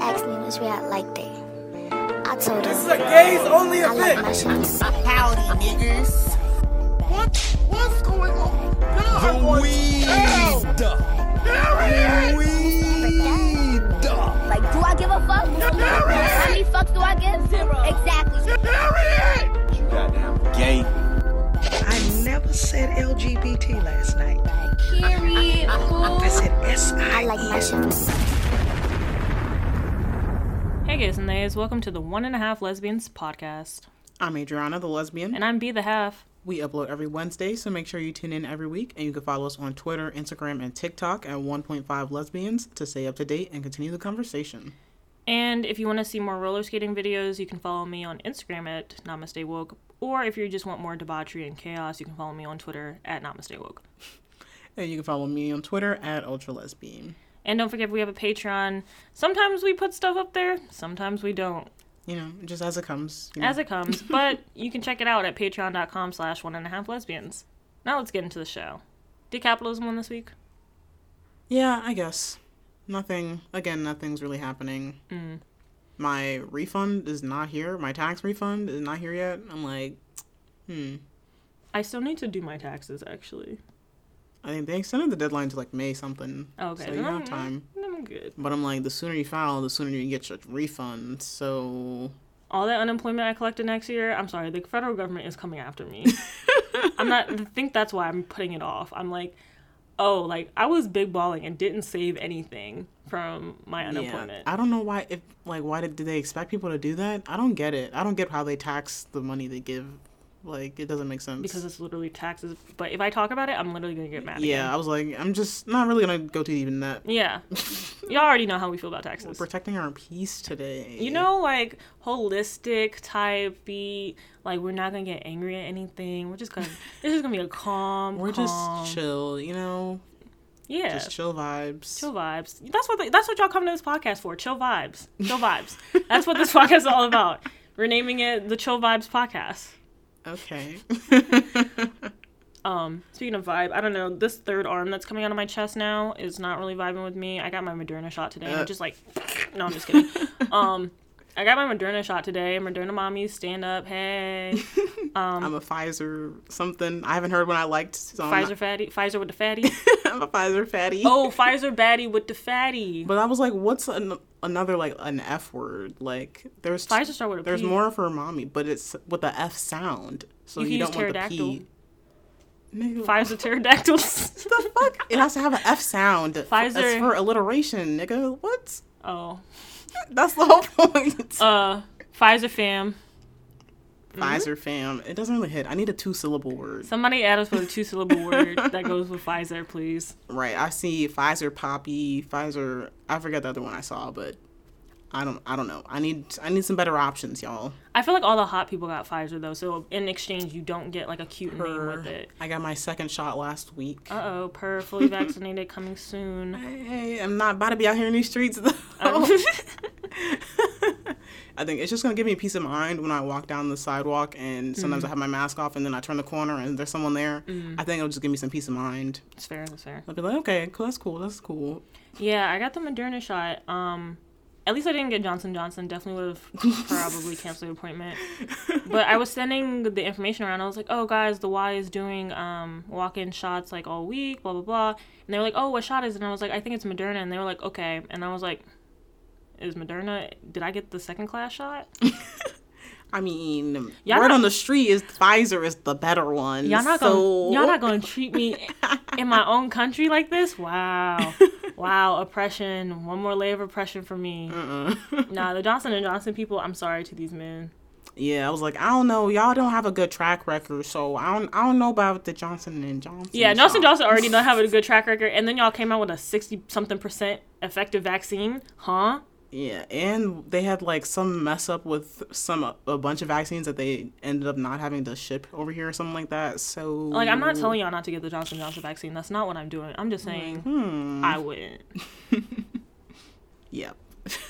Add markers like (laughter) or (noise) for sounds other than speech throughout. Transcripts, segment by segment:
asked me which way I liked it. I told This is her a gays only I like event. my shoes. Howdy, niggas. What? What's going on? God, what- Hell, Harriet! Like, do I give a fuck? How many fucks do I give? Zero. Exactly. Harriet! Gay. I never said LGBT last night. Period. I E. said S I like my shoes. Hey gays and theys, welcome to the One and a Half Lesbians podcast. I'm Adriana, the lesbian. And I'm B the Half. we upload every Wednesday, so make sure you tune in every week. And you can follow us on Twitter, Instagram, and TikTok at 1.5 lesbians to stay up to date and continue the conversation. And if you want to see more roller skating videos, you can follow me on Instagram at Namaste Woke. Or if you just want more debauchery and chaos, you can follow me on Twitter at Namaste Woke. And you can follow me on Twitter at ultralesbian. And don't forget, we have a Patreon. Sometimes we put stuff up there, sometimes we don't. You know, just as it comes. you know. As it comes, but you can check it out at patreon.com slash one and a half lesbians. Now let's get into the show. Did capitalism win this week? yeah, I guess. Nothing. Again, nothing's really happening. Mm. My refund is not here. My tax refund is not here yet. I'm like, I still need to do my taxes, actually. I think they extended the deadline to like May something. Okay, Mm. So you then have I'm- time. I'm good. But I'm like, the sooner you file, the sooner you get your refund. So all that unemployment I collected next year, I'm sorry, the federal government is coming after me. I'm not I think that's why I'm putting it off. I'm like, oh, like I was big balling and didn't save anything from my unemployment. I don't know why. If like, why did, did they expect people to do that? I don't get it. I don't get how they tax the money they give. Like, it doesn't make sense. because it's literally taxes. But if I talk about it, I'm literally gonna get mad. yeah, I was like, I'm just not really gonna go too deep in that. Again. (laughs) Yeah. Y'all already know how we feel about taxes. Protecting our peace today. you know, like holistic type beat. Like we're not gonna get angry at anything. We're just (laughs) gonna. this is gonna be a calm. we're calm- just chill. You know, Yeah. just chill vibes. Chill vibes. That's what the, that's what y'all come to this podcast for. Chill vibes. (laughs) Chill vibes. That's what this podcast is all about. We're naming it the Chill Vibes Podcast. (laughs) Okay. Um, speaking of vibe, I don't know. This third arm that's coming out of my chest now is not really vibing with me. I got my Moderna shot today. Uh. and I'm just like, (laughs) no, I'm just kidding. (laughs) um, I got my Moderna shot today. Moderna mommy, stand up. Hey, Um, I'm a Pfizer something. I haven't heard when I liked. So (laughs) I'm Pfizer fatty, Pfizer with the fatty. Not, (laughs) I'm a Pfizer fatty. Oh, Pfizer baddie with the fatty. But I was like, what's an, another like an F word? Like there's Pfizer start with a there's P. more for mommy, but it's with the F sound, so You you, can use don't want the pterodactyl. P. Nigga, Pfizer pterodactyls. (laughs) the fuck? It has to have an F sound. Pfizer. That's for alliteration, nigga. What? oh, That's the whole (laughs) (laughs) point. uh, Pfizer fam. Pfizer fam. It doesn't really hit. I need a two syllable word. Somebody add us with a two (laughs) syllable word that goes with Pfizer, please. Right. I see Pfizer poppy, Pfizer. I forget the other one I saw, but I don't. I don't know. I need. I need some better options, y'all. I feel like all the hot people got Pfizer though, so in exchange you don't get like a cute name with it. I got my second shot last week. Uh oh, per fully vaccinated coming soon. Hey, I'm not about to be out here in these streets (laughs) though. (laughs) I think it's just gonna give me peace of mind when I walk down the sidewalk and sometimes I Mm. have my mask off and then I turn the corner and there's someone there. I think it'll just give me some peace of mind. It's fair, it's fair. I'll be like, okay, cool, that's cool, that's cool. Yeah, I got the Moderna shot. Um, at least I didn't get Johnson Johnson. Definitely would have probably canceled the appointment. But I was sending the information around. I was like, "Oh, guys, the Y is doing um walk-in shots like all week, blah blah blah." And they were like, "Oh, what shot is?" it? And I was like, "I think it's Moderna." And they were like, "Okay." And I was like, "Is Moderna? Did I get the second class shot? I mean, Y'all word not- on the street is Pfizer is the better one. Y'all not so... gonna y'all not gonna treat me in my own country like this? Wow, wow, oppression. One more layer of oppression for me. nah, the Johnson and Johnson people. I'm sorry to these men." (laughs) Yeah, I was like, I don't know, y'all don't have a good track record, so I don't, I don't know about the Johnson and Johnson. Yeah, Johnson shot. Johnson already not having a good track record, and then y'all came out with a sixty something percent effective vaccine, huh? Yeah, and they had like some mess up with some a bunch of vaccines that they ended up not having to ship over here or something like that. So Like I'm Mm. not telling y'all not to get the Johnson Johnson vaccine. That's not what I'm doing. I'm just saying I wouldn't. Yep.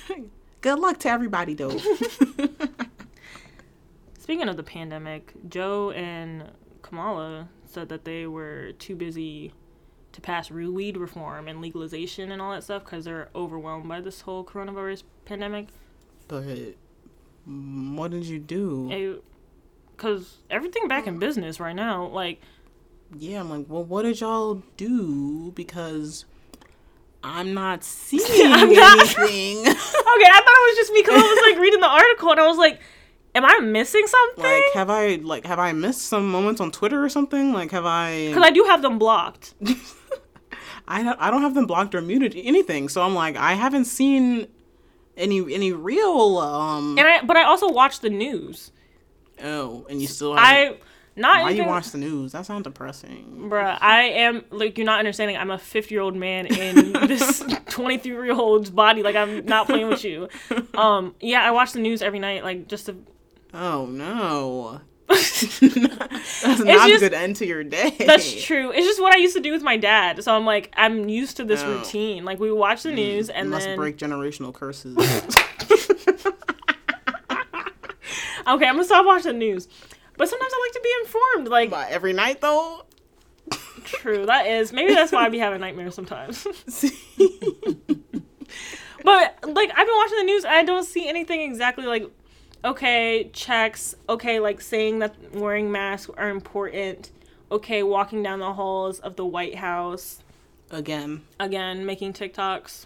(laughs) Good luck to everybody though. (laughs) Speaking of the pandemic, Joe and Kamala said that they were too busy to pass re- weed reform and legalization and all that stuff because they're overwhelmed by this whole coronavirus pandemic. But mm, what did you do? Because everything back in business right now, like, Yeah, I'm like, well, what did y'all do? Because I'm not (laughs) seeing anything. okay, I thought it was just me because I was like reading the article and I was like, am I missing something? like, have I like have I missed some moments on Twitter or something? Like, have I? Because I do have them blocked. I don't, I don't have them blocked or muted anything. So I'm like, I haven't seen any any real um. And I, but I also watch the news. oh, and you still haven't- I not Why you anything- watch the news? That sounds depressing. Bruh, I am like you're not understanding. I'm a 50 year old man in (laughs) this 23 year old's body. Like I'm not playing with you. Um, yeah, I watch the news every night, like just to. (laughs) Oh no. (laughs) That's not just- a good end to your day. That's true. It's just what I used to do with my dad. So I'm like, I'm used to this Oh. Mm, routine. Like we watch the news You and must then break generational curses. okay, I'm gonna stop watching the news. But sometimes I like to be informed. Like But every night though. (laughs) true, that is maybe that's why I be having nightmares sometimes. (laughs) But like I've been watching the news, I don't see anything exactly like okay, checks, okay, like saying that wearing masks are important. Okay, walking down the halls of the White House Again. again, making TikToks.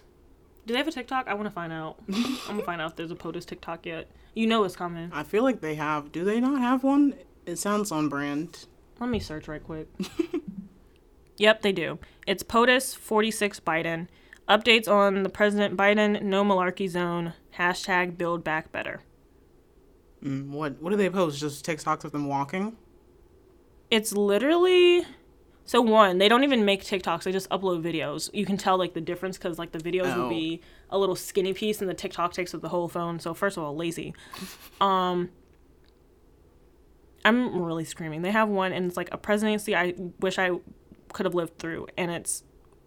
Do they have a TikTok? I want to find out. I'm gonna find out if there's a POTUS TikTok yet. You know it's coming. I feel like they have. Do they not have one? It sounds on brand. Let me search right quick. yep, they do. It's POTUS 46 Biden. Updates on the President Biden no malarkey zone. Hashtag build back better. Mm, What What do they post? Just TikToks of them walking. it's literally so one they don't even make tiktoks they just upload videos you can tell like the difference because like the videos will Oh. be a little skinny piece and the tiktok takes up the whole phone so first of all lazy um i'm really screaming they have one and it's like a presidency i wish i could have lived through and it's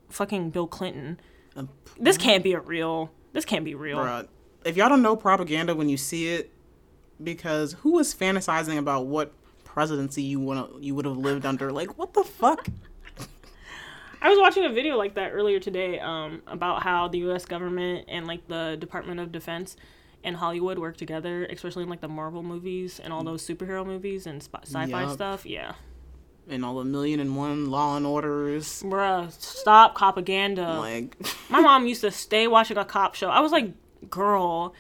fucking bill clinton Um, this can't be a real this can't be real Bruh. If y'all don't know propaganda when you see it, because who is fantasizing about what presidency you wanna you would have lived under? Like what the fuck? I was watching a video like that earlier today um, about how the U.S. government and like the Department of Defense and Hollywood work together, especially in like the Marvel movies and all those superhero movies and sp- sci-fi Mm. Yup. stuff. Yeah, And all the million and one law and orders. bruh, stop propaganda. Like My mom used to stay watching a cop show. I was like, girl,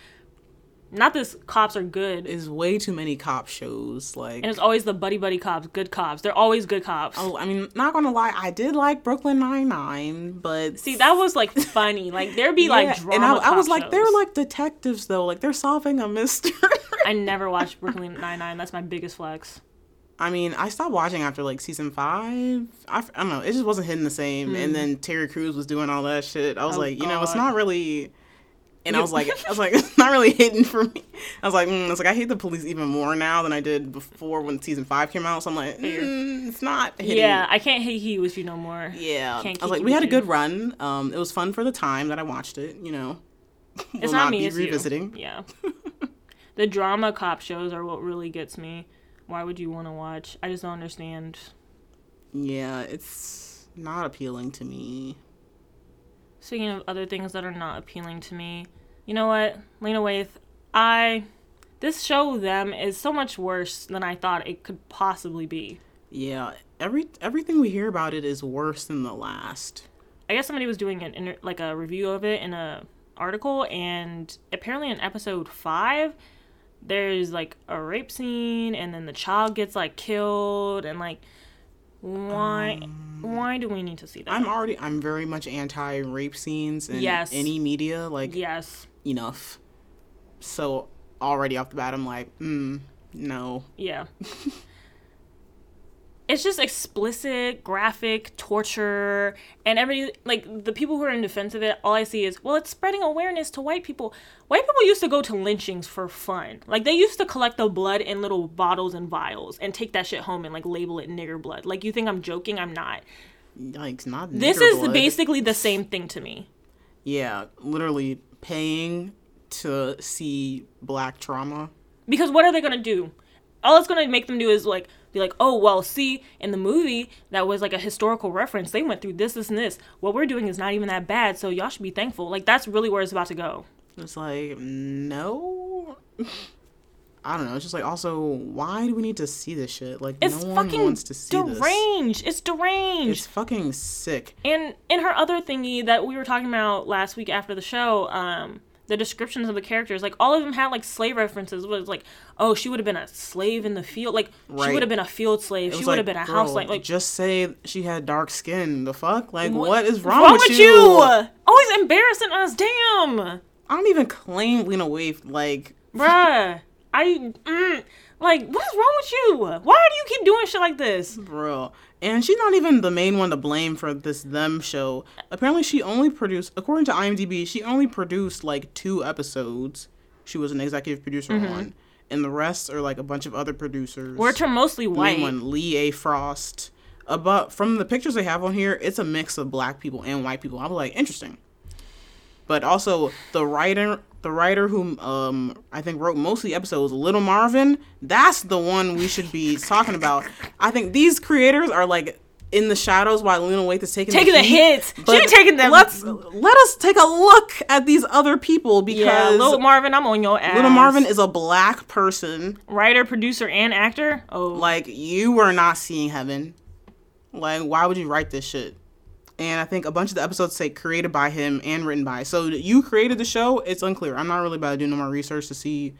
not this. Cops are good. And is way too many cop shows. Like it's always the buddy buddy cops, good cops. They're always good cops. oh, I mean, not gonna lie, I did like Brooklyn Nine Nine, but See, that was like funny. Like there'd be Yeah, like drama. and I, I cop was like, they're shows. like detectives though, like they're solving a mystery. (laughs) I never watched Brooklyn Nine Nine. That's my biggest flex. I mean, I stopped watching after like season five. I, f- I don't know, it just wasn't hitting the same. And then Terry Crews was doing all that shit. I was Hmm. Oh, like, you know, it's God. not really. And I was like, (laughs) I was like, (laughs) it's not really hitting for me. I was like, mm, I was like, I hate the police even more now than I did before when season five came out. So I'm like, mm, it's not hitting. Yeah, I can't hate he with you no more. Yeah. Can't I keep was like, you we had a with you. good run. Um, it was fun for the time that I watched it. You know, (laughs) It's will not, not me. be it's revisiting. You. (laughs) Yeah. the drama cop shows are what really gets me. Why would you want to watch? I just don't understand. yeah, it's not appealing to me. Speaking of other things that are not appealing to me, you know what, Lena Waithe, I this show them is so much worse than I thought it could possibly be. Yeah, every everything we hear about it is worse than the last. I guess somebody was doing an inter- like a review of it in a article, and apparently in episode five, there's like a rape scene, and then the child gets like killed, and like why why do we need to see that? I'm already I'm very much anti rape scenes in Yes. any media like yes, enough. So already off the bat I'm like, mm, no. yeah. It's just explicit, graphic torture, and every like the people who are in defense of it. All I see is, well, it's spreading awareness to white people. White people used to go to lynchings for fun. Like they used to collect the blood in little bottles and vials and take that shit home and like label it nigger blood. Like you think I'm joking? I'm not. Yikes, not This nigger is blood. basically the same thing to me. Yeah, literally paying to see black trauma. Because what are they gonna do? All it's gonna make them do is like be like, oh, well, see, in the movie that was like a historical reference, they went through this, this, and this. What we're doing is not even that bad, so y'all should be thankful. Like, that's really where it's about to go. It's like, no. (laughs) I don't know. It's just like, also, why do we need to see this shit? Like, It's no one fucking wants to see this. deranged. It's deranged. It's fucking sick. And in her other thingy that we were talking about last week after the show, um, the descriptions of the characters, like all of them had like slave references. It was like, oh, she would have been a slave in the field. Like Right. she would have been a field slave. It She was would like, have been a girl, house slave. Like just say she had dark skin. The fuck? Like, what is what's wrong, with, you? Always embarrassing us. Damn, I don't even claim Lena Waif. Like, bruh. I mm, like what is wrong with you? Why do you keep doing shit like this? bro. And she's not even the main one to blame for this them show. Apparently, she only produced, according to IMDb, she only produced like two episodes. She was an executive producer Mm-hmm. on, and the rest are like a bunch of other producers. Which are mostly white. Main one, Lee A. Frost. About from the pictures they have on here, it's a mix of black people and white people. I'm like, interesting. But also the writer, the writer who um I think wrote most of the episodes, Little Marvin. That's the one we should (laughs) be talking about. I think these creators are like in the shadows while Lena Waithe is taking Taking the heat, hits. She be taking them. Let's let us take a look at these other people because Yeah, Lil Little, Marvin, I'm on your ass. Marvin is a black person. writer, producer, and actor. Oh, Like you were not seeing heaven. Like why would you write this shit? And I think a bunch of the episodes say created by him and written by. So you created the show. It's unclear. I'm not really about to do no more research to see.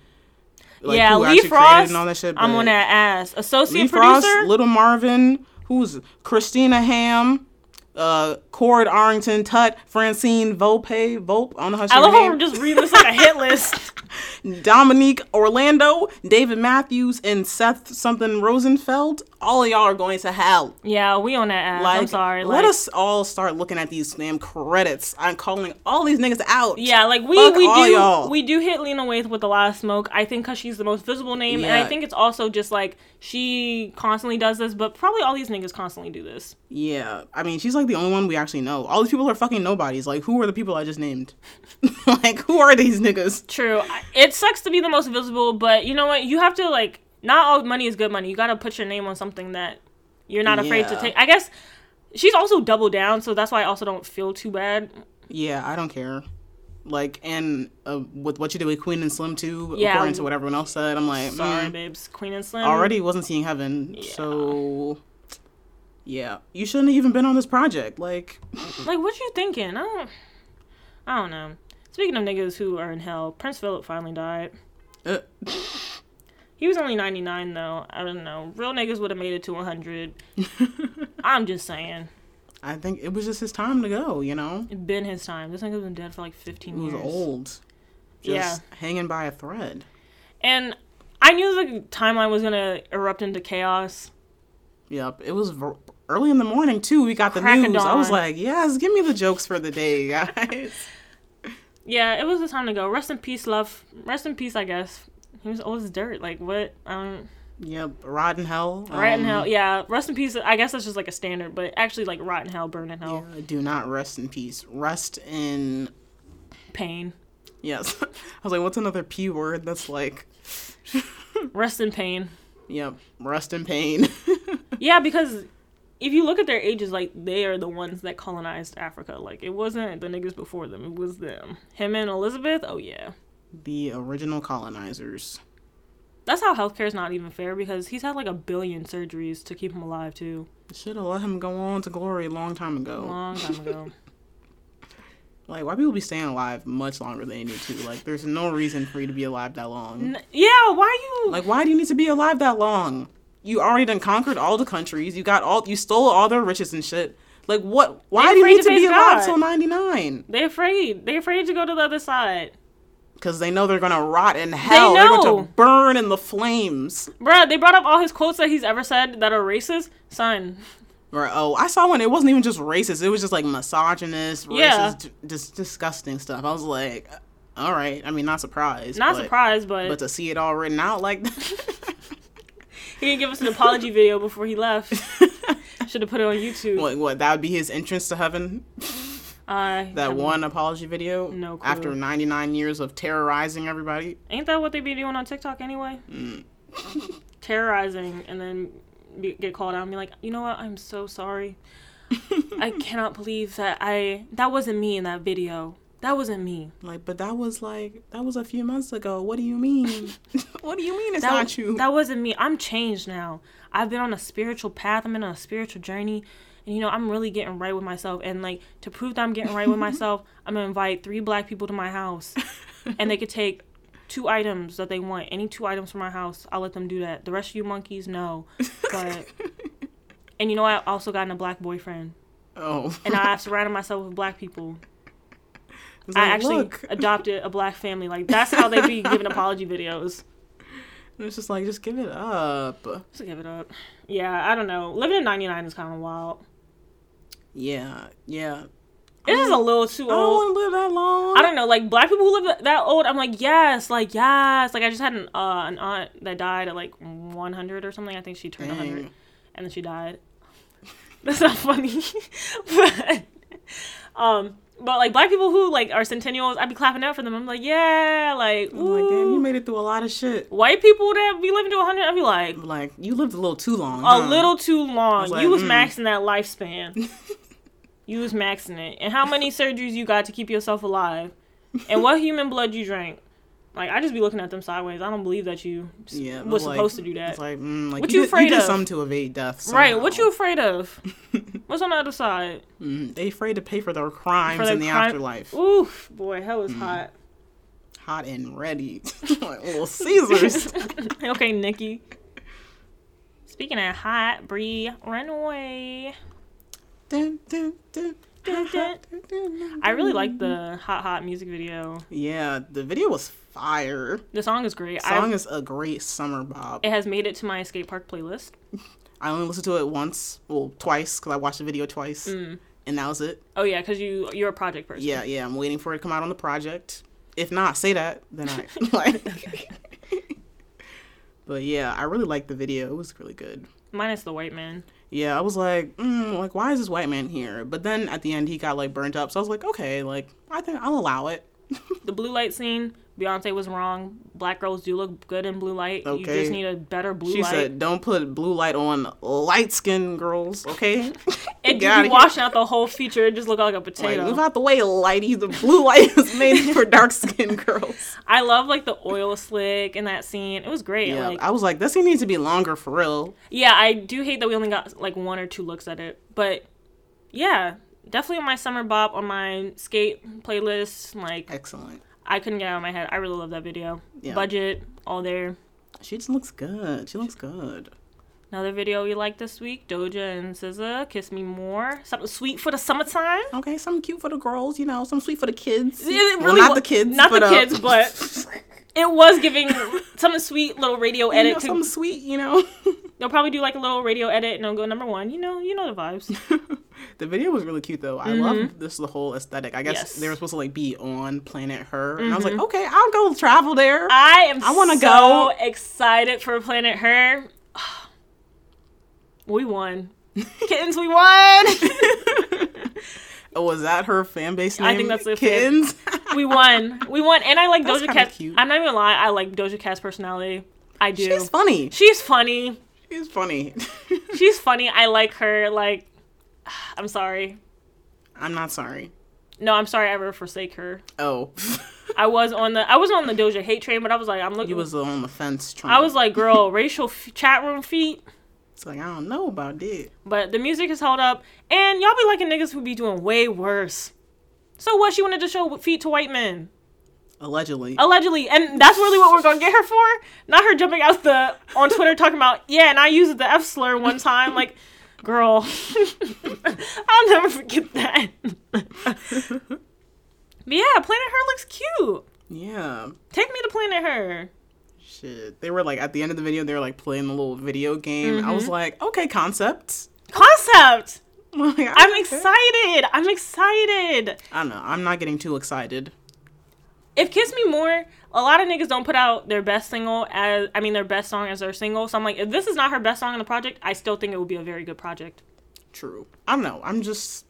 Like, yeah, who Lee actually created Frost. and all that shit, I'm but- on that ass. Associate Lee producer. Frost, Little Marvin, who's Christina Ham, uh, Cord Arrington, Tut, Francine Volpe, Volpe. I don't know how she I love how name. we're just reading this like a hit (laughs) list. Dominique Orlando, David Matthews, and Seth something Rosenfeld. All of y'all are going to hell. Yeah, we on that ass. Like, I'm sorry. Let like- us all start looking at these damn credits. I'm calling all these niggas out. Yeah, like we Fuck we all do y'all. we do hit Lena Waithe with a lot of smoke. I think because she's the most visible name, and Yeah. I think it's also just like she constantly does this, but probably all these niggas constantly do this. Yeah. I mean, she's like the only one we actually know. All these people are fucking nobodies. Like, who are the people I just named? (laughs) like, who are these niggas? True. I- It sucks to be the most visible, but you know what? You have to like not all money is good money. You gotta put your name on something that you're not afraid to Yeah. take. I guess she's also double down, so that's why I also don't feel too bad. Yeah, I don't care. Like, and uh, with what you did with Queen and Slim too, Yeah. according to what everyone else said, I'm like, Sorry, mm. babes. Queen and Slim. already wasn't seeing heaven. So yeah, you shouldn't have even been on this project. Like Like, what you thinking? I don't. I don't know. Speaking of niggas who are in hell, Prince Philip finally died. uh, He was only 99 though. I don't know. Real niggas would have made it to (laughs) 100. I'm just saying. I think it was just his time to go, you know? It's been his time. This nigga's been dead for like 15 He was years. old. Just Yeah. hanging by a thread. And I knew the timeline was gonna erupt into chaos. Yep. It was ver- early in the morning too. We got the Crack of news. I was dawn. like, "Yes, give me the jokes for the day, (laughs) guys." Yeah, it was the time to go. Rest in peace, love. Rest in peace, I guess. He was old as dirt. Like what? Um, yep. Rotten hell. rotten Um, hell. Yeah, rest in peace. I guess that's just like a standard, but actually, like rotten hell, burn in hell, uh, Do not rest in peace. Rest in pain. yes. (laughs) I was like, "What's another p word that's like?" Rest in pain. Yep. Rest in pain. (laughs) Yeah, because if you look at their ages, like they are the ones that colonized Africa. Like it wasn't the niggas before them; it was them. Him and Elizabeth. Oh yeah, the original colonizers. that's how healthcare is not even fair because he's had like a billion surgeries to keep him alive too. Should have let him go on to glory a long time ago. Long time (laughs) ago. Like, why people be staying alive much longer than they need to? Like, there's no reason for you to be alive that long. N- yeah, why you? Like, why do you need to be alive that long? You already done conquered all the countries. You got all, you stole all their riches and shit. Like, what? They Why do you afraid need to to be face alive God. till 99? they afraid. They afraid to go to the other side, Because they know they're gonna rot in hell. They are going know. to burn in the flames. bruh. They brought up all his quotes that he's ever said that are racist. Son, Or, oh, I saw one. It wasn't even just racist. It was just like misogynist, racist, Yeah. d- just disgusting stuff. I was like, uh, all right. I mean, not surprised. not but- surprised, but, But to see it all written out like that. (laughs) he didn't give us an apology video before he left. (laughs) Should have put it on YouTube. Like what? That would be his entrance to heaven. Uh, That I mean, one apology video. No clue. After 99 years of terrorizing everybody. Ain't that what they be doing on TikTok anyway? Terrorizing and then be, get called out and be like, you know what? I'm so sorry. I cannot believe that I that wasn't me in that video. That wasn't me. Like, but that was like that was a few months ago. What do (laughs) you mean? (laughs) what do you mean it's That, not you? That wasn't me. I'm changed now. I've been on a spiritual path. I'm in on a spiritual journey. And you know, I'm really getting right with myself. And like to prove that I'm getting right with (laughs) myself, I'm gonna invite three black people to my house. and they could take two items that they want. Any two items from my house, I'll let them do that. The rest of you monkeys, no. (laughs) But and you know, I also gotten a black boyfriend. oh, And I've surrounded myself with black people. (laughs) It's I like, actually look. adopted a black family. Like that's how they be giving apology videos. (laughs) it's just like just give it up. Just give it up. Yeah, I don't know. Living in '99 is kind of wild. Yeah, yeah. It's just a little too I don't old. want to live that long. I don't know. Like black people who live that old, I'm like yes, like yes. Like I just had an uh, an aunt that died at like 100 or something. I think she turned 100, Dang. and then she died. (laughs) That's not funny. (laughs) but um, but like black people who like are centennials, I'd be clapping out for them. I'm like yeah, like I'm like, damn, you ooh. made it through a lot of shit. white people that be living to 100, I'd be like. Like, you lived a little too long. a huh? little too long. like, you was mm. maxing that (laughs) lifespan. you was maxing it. And how many surgeries you got to keep yourself alive? And what human blood you drank? Like I just be looking at them sideways. I don't believe that you s- Yeah, but was like- supposed to do that. It's like, mm, like What you you, did, afraid you did of? something to evade death. right? What somehow. you afraid (laughs) of? What's on the other side? Mm, they afraid to pay for their crimes For their in the crime- afterlife. Mm. Oof, boy, hell is hot. (laughs) Hot and ready, (laughs) like (laughs) little Caesars. okay, Nikki. Speaking of hot, Bree, run away. Dun, dun, dun, dun, dun. dun, dun, dun. I really like Mm-hmm. the hot hot music video. yeah, the video was fire. The song is great. I- Eh. Song is a great summer bop. it has made it to my skate park playlist. I only listened to it once, well, twice, because I watched the video twice, Mm. and that was it. Oh yeah, because you you're a project person. Yeah, yeah. I'm waiting for it to come out on the project. If not, say that. (laughs) Then I (laughs) like. (laughs) but yeah, I really liked the video. It was really good. Minus the white man. Yeah, I was like, mm, like, why is this white man here? But then at the end, he got like burnt up. So I was like, okay, like, I think I'll allow it. The blue light scene. Beyonce was wrong. Black girls do look good in blue light. You Okay. just need a better blue She light. said, don't put blue light on light skinned girls, (laughs) okay? it get outta just be here. washing out the whole feature. It just looked like a (laughs) like, potato. move out the way, lighty. The blue light (laughs) is made for dark skinned girls. I love like the oil slick in that scene. It was great. (laughs) Yeah, like, I was like, this scene needs to be longer for real. yeah, I do hate that we only got like one or two looks at it, but yeah, definitely on my summer bop on my skate playlist. Like Excellent. I couldn't get it out of my head. I really love that video. Yeah. Budget all there. She just looks good. She looks good. Another video we like this week, Doja and SZA, "Kiss Me More," something sweet for the summertime. Okay, some cute for the girls, you know, some sweet for the kids. It really well, not wa- the kids, not but, the uh, kids, but it was giving something sweet little radio (laughs) you know, edit. some to, sweet, you know. (laughs) they'll probably do like a little radio edit and they'll go number one. You know, you know the vibes. (laughs) the video was really cute though. I love this the whole aesthetic. I guess Mm-hmm. Yes. Mm-hmm. they were supposed to like be on Planet Her, and I was like, okay, I'll go travel there. I am. I wanna so go. Excited for Planet Her. (sighs) We won, kittens. We (laughs) won. oh, (laughs) was that her fan base name? I think that's the fan- (laughs) kids. we won. We won, and I like That's Doja kinda Cat. cute. I'm not even gonna lie. I like Doja Cat's personality. I do. (laughs) She's funny. She's funny. She's (laughs) funny. She's funny. I like her. Like, (sighs) I'm sorry. I'm not sorry. No, I'm sorry I ever forsake her. Oh, (laughs) I was on the I was on the Doja hate train, but I was like, I'm looking. you was on the fence. Trying. I was like, girl, (laughs) racial f- chat room feet. it's like I don't know about that. But the music has held up, and y'all be liking niggas who be doing way worse. So what? She wanted to show feet to white men, Allegedly, allegedly, and that's really what we're gonna get her for. Not her jumping out the on Twitter talking about yeah, and I used the F slur one time, like. Girl, (laughs) I'll never forget that. But yeah, Planet Her looks cute. yeah. Take me to Planet Her. Shit. They were like at the end of the video, they were like playing the little video game. I Mm-hmm. was like, okay, concept. (laughs) Concept. Like, I'm okay. excited. I'm excited. I don't know. I'm not getting too excited. If Kiss Me More, a lot of niggas don't put out their best single as I mean their best song as their single. So I'm like, if this is not her best song in the project, I still think it would be a very good project. True. I don't know. I'm just.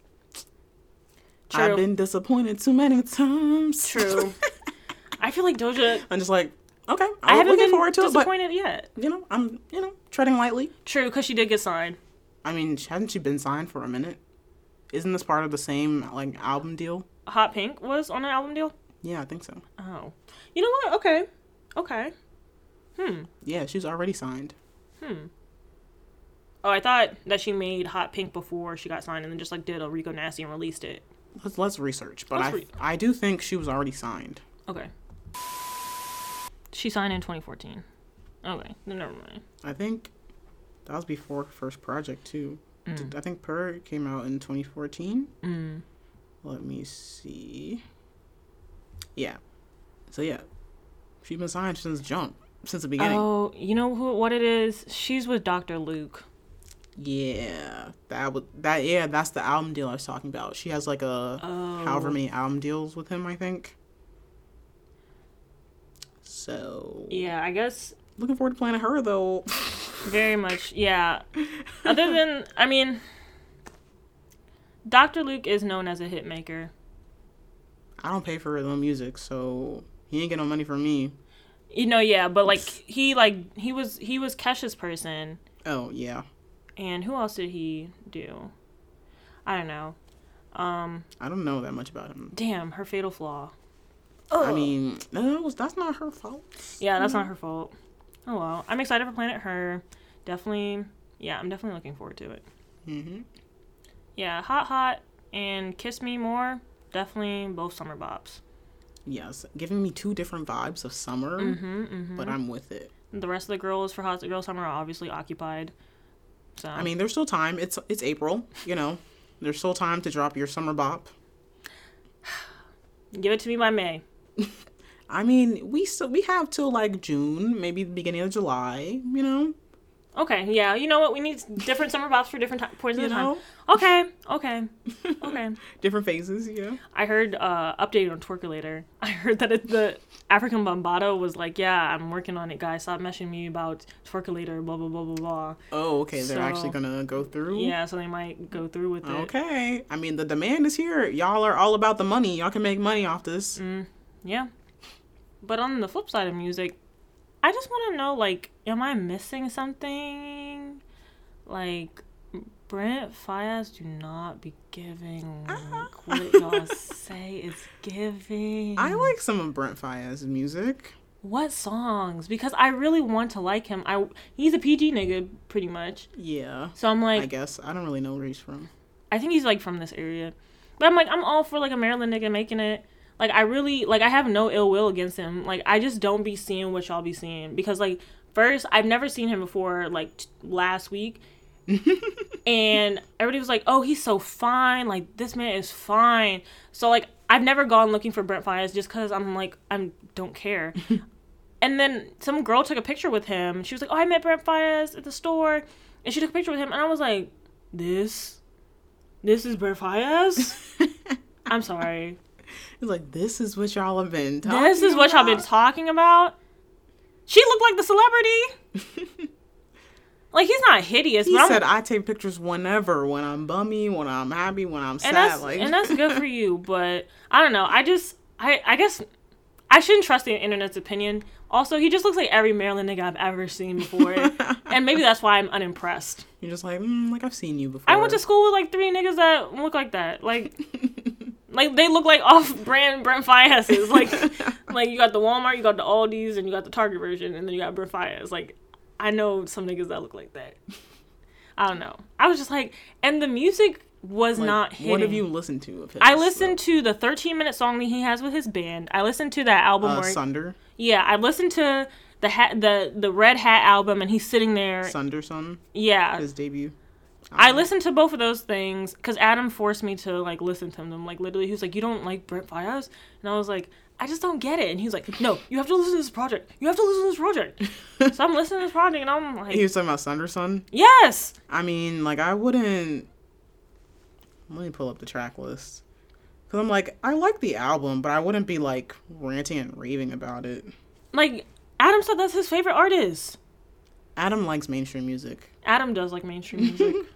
True. I've been disappointed too many times. True. (laughs) I feel like Doja I'm just like, okay. I'm I haven't looking been forward to it, but disappointed yet. you know, I'm you know treading lightly. True, because she did get signed. I mean, hasn't she been signed for a minute? Isn't this part of the same like album deal? Hot Pink was on an album deal. Yeah, I think so. Oh, you know what? Okay, okay. Yeah, she's already signed. Oh, I thought that she made Hot Pink before she got signed, and then just like did a Rico Nasty and released it. Let's let's research, but Let's I re- I do think she was already signed. Okay. She signed in 2014. Okay, then never mind. I think that was before her first project too. Mm. Did- I think Per came out in 2014. Let me see. Yeah. So yeah, she's been signed since jump since the beginning. Oh, you know who what it is? She's with Dr. Luke. Yeah, that would that yeah that's the album deal I was talking about. She has like a Oh. however many album deals with him I think. So Yeah, I guess looking forward to playing her though. very much. Yeah. Other than, I mean, Dr. Luke is known as a hit maker. I don't pay for the music, so he ain't get no money from me. You know, yeah, but like he like he was he was Kesha's person, Oh yeah, and who else did he do? I don't know. I don't know that much about him. Damn, her fatal flaw. I mean, that was that's not her fault. Yeah, that's not her fault. Oh well, I'm excited for Planet Her. Definitely, yeah, I'm definitely looking forward to it. Mhm. Yeah, Hot Hot and Kiss Me More, definitely both summer bops. Yes, giving me two different vibes of summer, Mm-hmm, but I'm with it. The rest of the girls for Hot Girl Summer are obviously occupied. So I mean, there's still time. It's it's April, you know. There's still time to drop your summer bop. give it to me by May. I mean, we still we have till like June, maybe the beginning of July. You know, Okay, yeah, you know what? We need different summer bops for different ti points you of the know, time. Okay, okay, okay. (laughs) different phases. Yeah. I heard uh updated on Twerkulator. (laughs) I heard that it, the African Bombado was like, "Yeah, I'm working on it, guys. Stop messaging me about Twerkulator." Blah blah blah blah blah. Oh, okay. They're actually So- gonna go through. Yeah, so they might go through with it. Oh, Okay. I mean, the demand is here. Y'all are all about the money. Y'all can make money off this. Mm-hmm. Yeah. But on the flip side of music, I just want to know like, am I missing something? Like, Brent Fias do not be giving Uh-huh. like, what (laughs) y'all say is giving. I like some of Brent Fayez' music. what songs? Because I really want to like him. I he's a PG nigga pretty much. Yeah. So I'm like, I guess I don't really know where he's from. (laughs) I think he's like from this area. But I'm like, I'm all for like a Maryland nigga making it. Like I really like I have no ill will against him. Like I just don't be seeing what y'all be seeing because like first I've never seen him before like t- last week. and everybody was like, "Oh, he's so fine. Like this man is fine." So like I've never gone looking for Brent Fires just cuz I'm like I'm don't care. and then some girl took a picture with him. She was like, "Oh, I met Brent Fires at the store." And she took a picture with him and I was like, "This this is Brent (laughs) Fires?" I'm sorry. He's like, this is what y'all have been. Talking This is what y'all been talking about. She looked like the celebrity. (laughs) like he's not hideous, He but said, I'm, I take pictures whenever, when I'm bummy, when I'm happy, when I'm sad. and that's like, and (laughs) that's good for you. But I don't know. I just I I guess I shouldn't trust the internet's opinion. Also, he just looks like every Maryland nigga I've ever seen (laughs) before, and maybe that's why I'm unimpressed. You're just like, mm, like I've seen you before. I went to school with like three niggas that look like that. (laughs) Like, like they look like off-brand Brent Fias's. (laughs) Like, like you got the Walmart, you got the Aldi's, and you got the Target version, and then you got Brent Fias. Like, I know some niggas that look like that. I don't know. I was just like, and the music was Like, not hitting. What have you listened to? Of his, I listened to the 13 minute song that he has with his band. I listened to that album. uh, where, Sunder, yeah, I listened to the hat, the the Red Hat album, and he's sitting there. Sunder Sun, yeah, his debut. I listened to both of those things because Adam forced me to like listen to them. Like literally, he was like, "You don't like Brent Fias," and I was like, "I just don't get it." And he was like, "No, you have to listen to this project. You have to listen to this (laughs) project." so I'm listening to this project, and I'm like, He was talking about Sunder Sun. "Yes, I mean, like I wouldn't. Let me pull up the track list. Cause I'm like, I like the album, but I wouldn't be like ranting and raving about it. like Adam said that's his favorite artist. Adam likes mainstream music. Adam does like mainstream music. (laughs)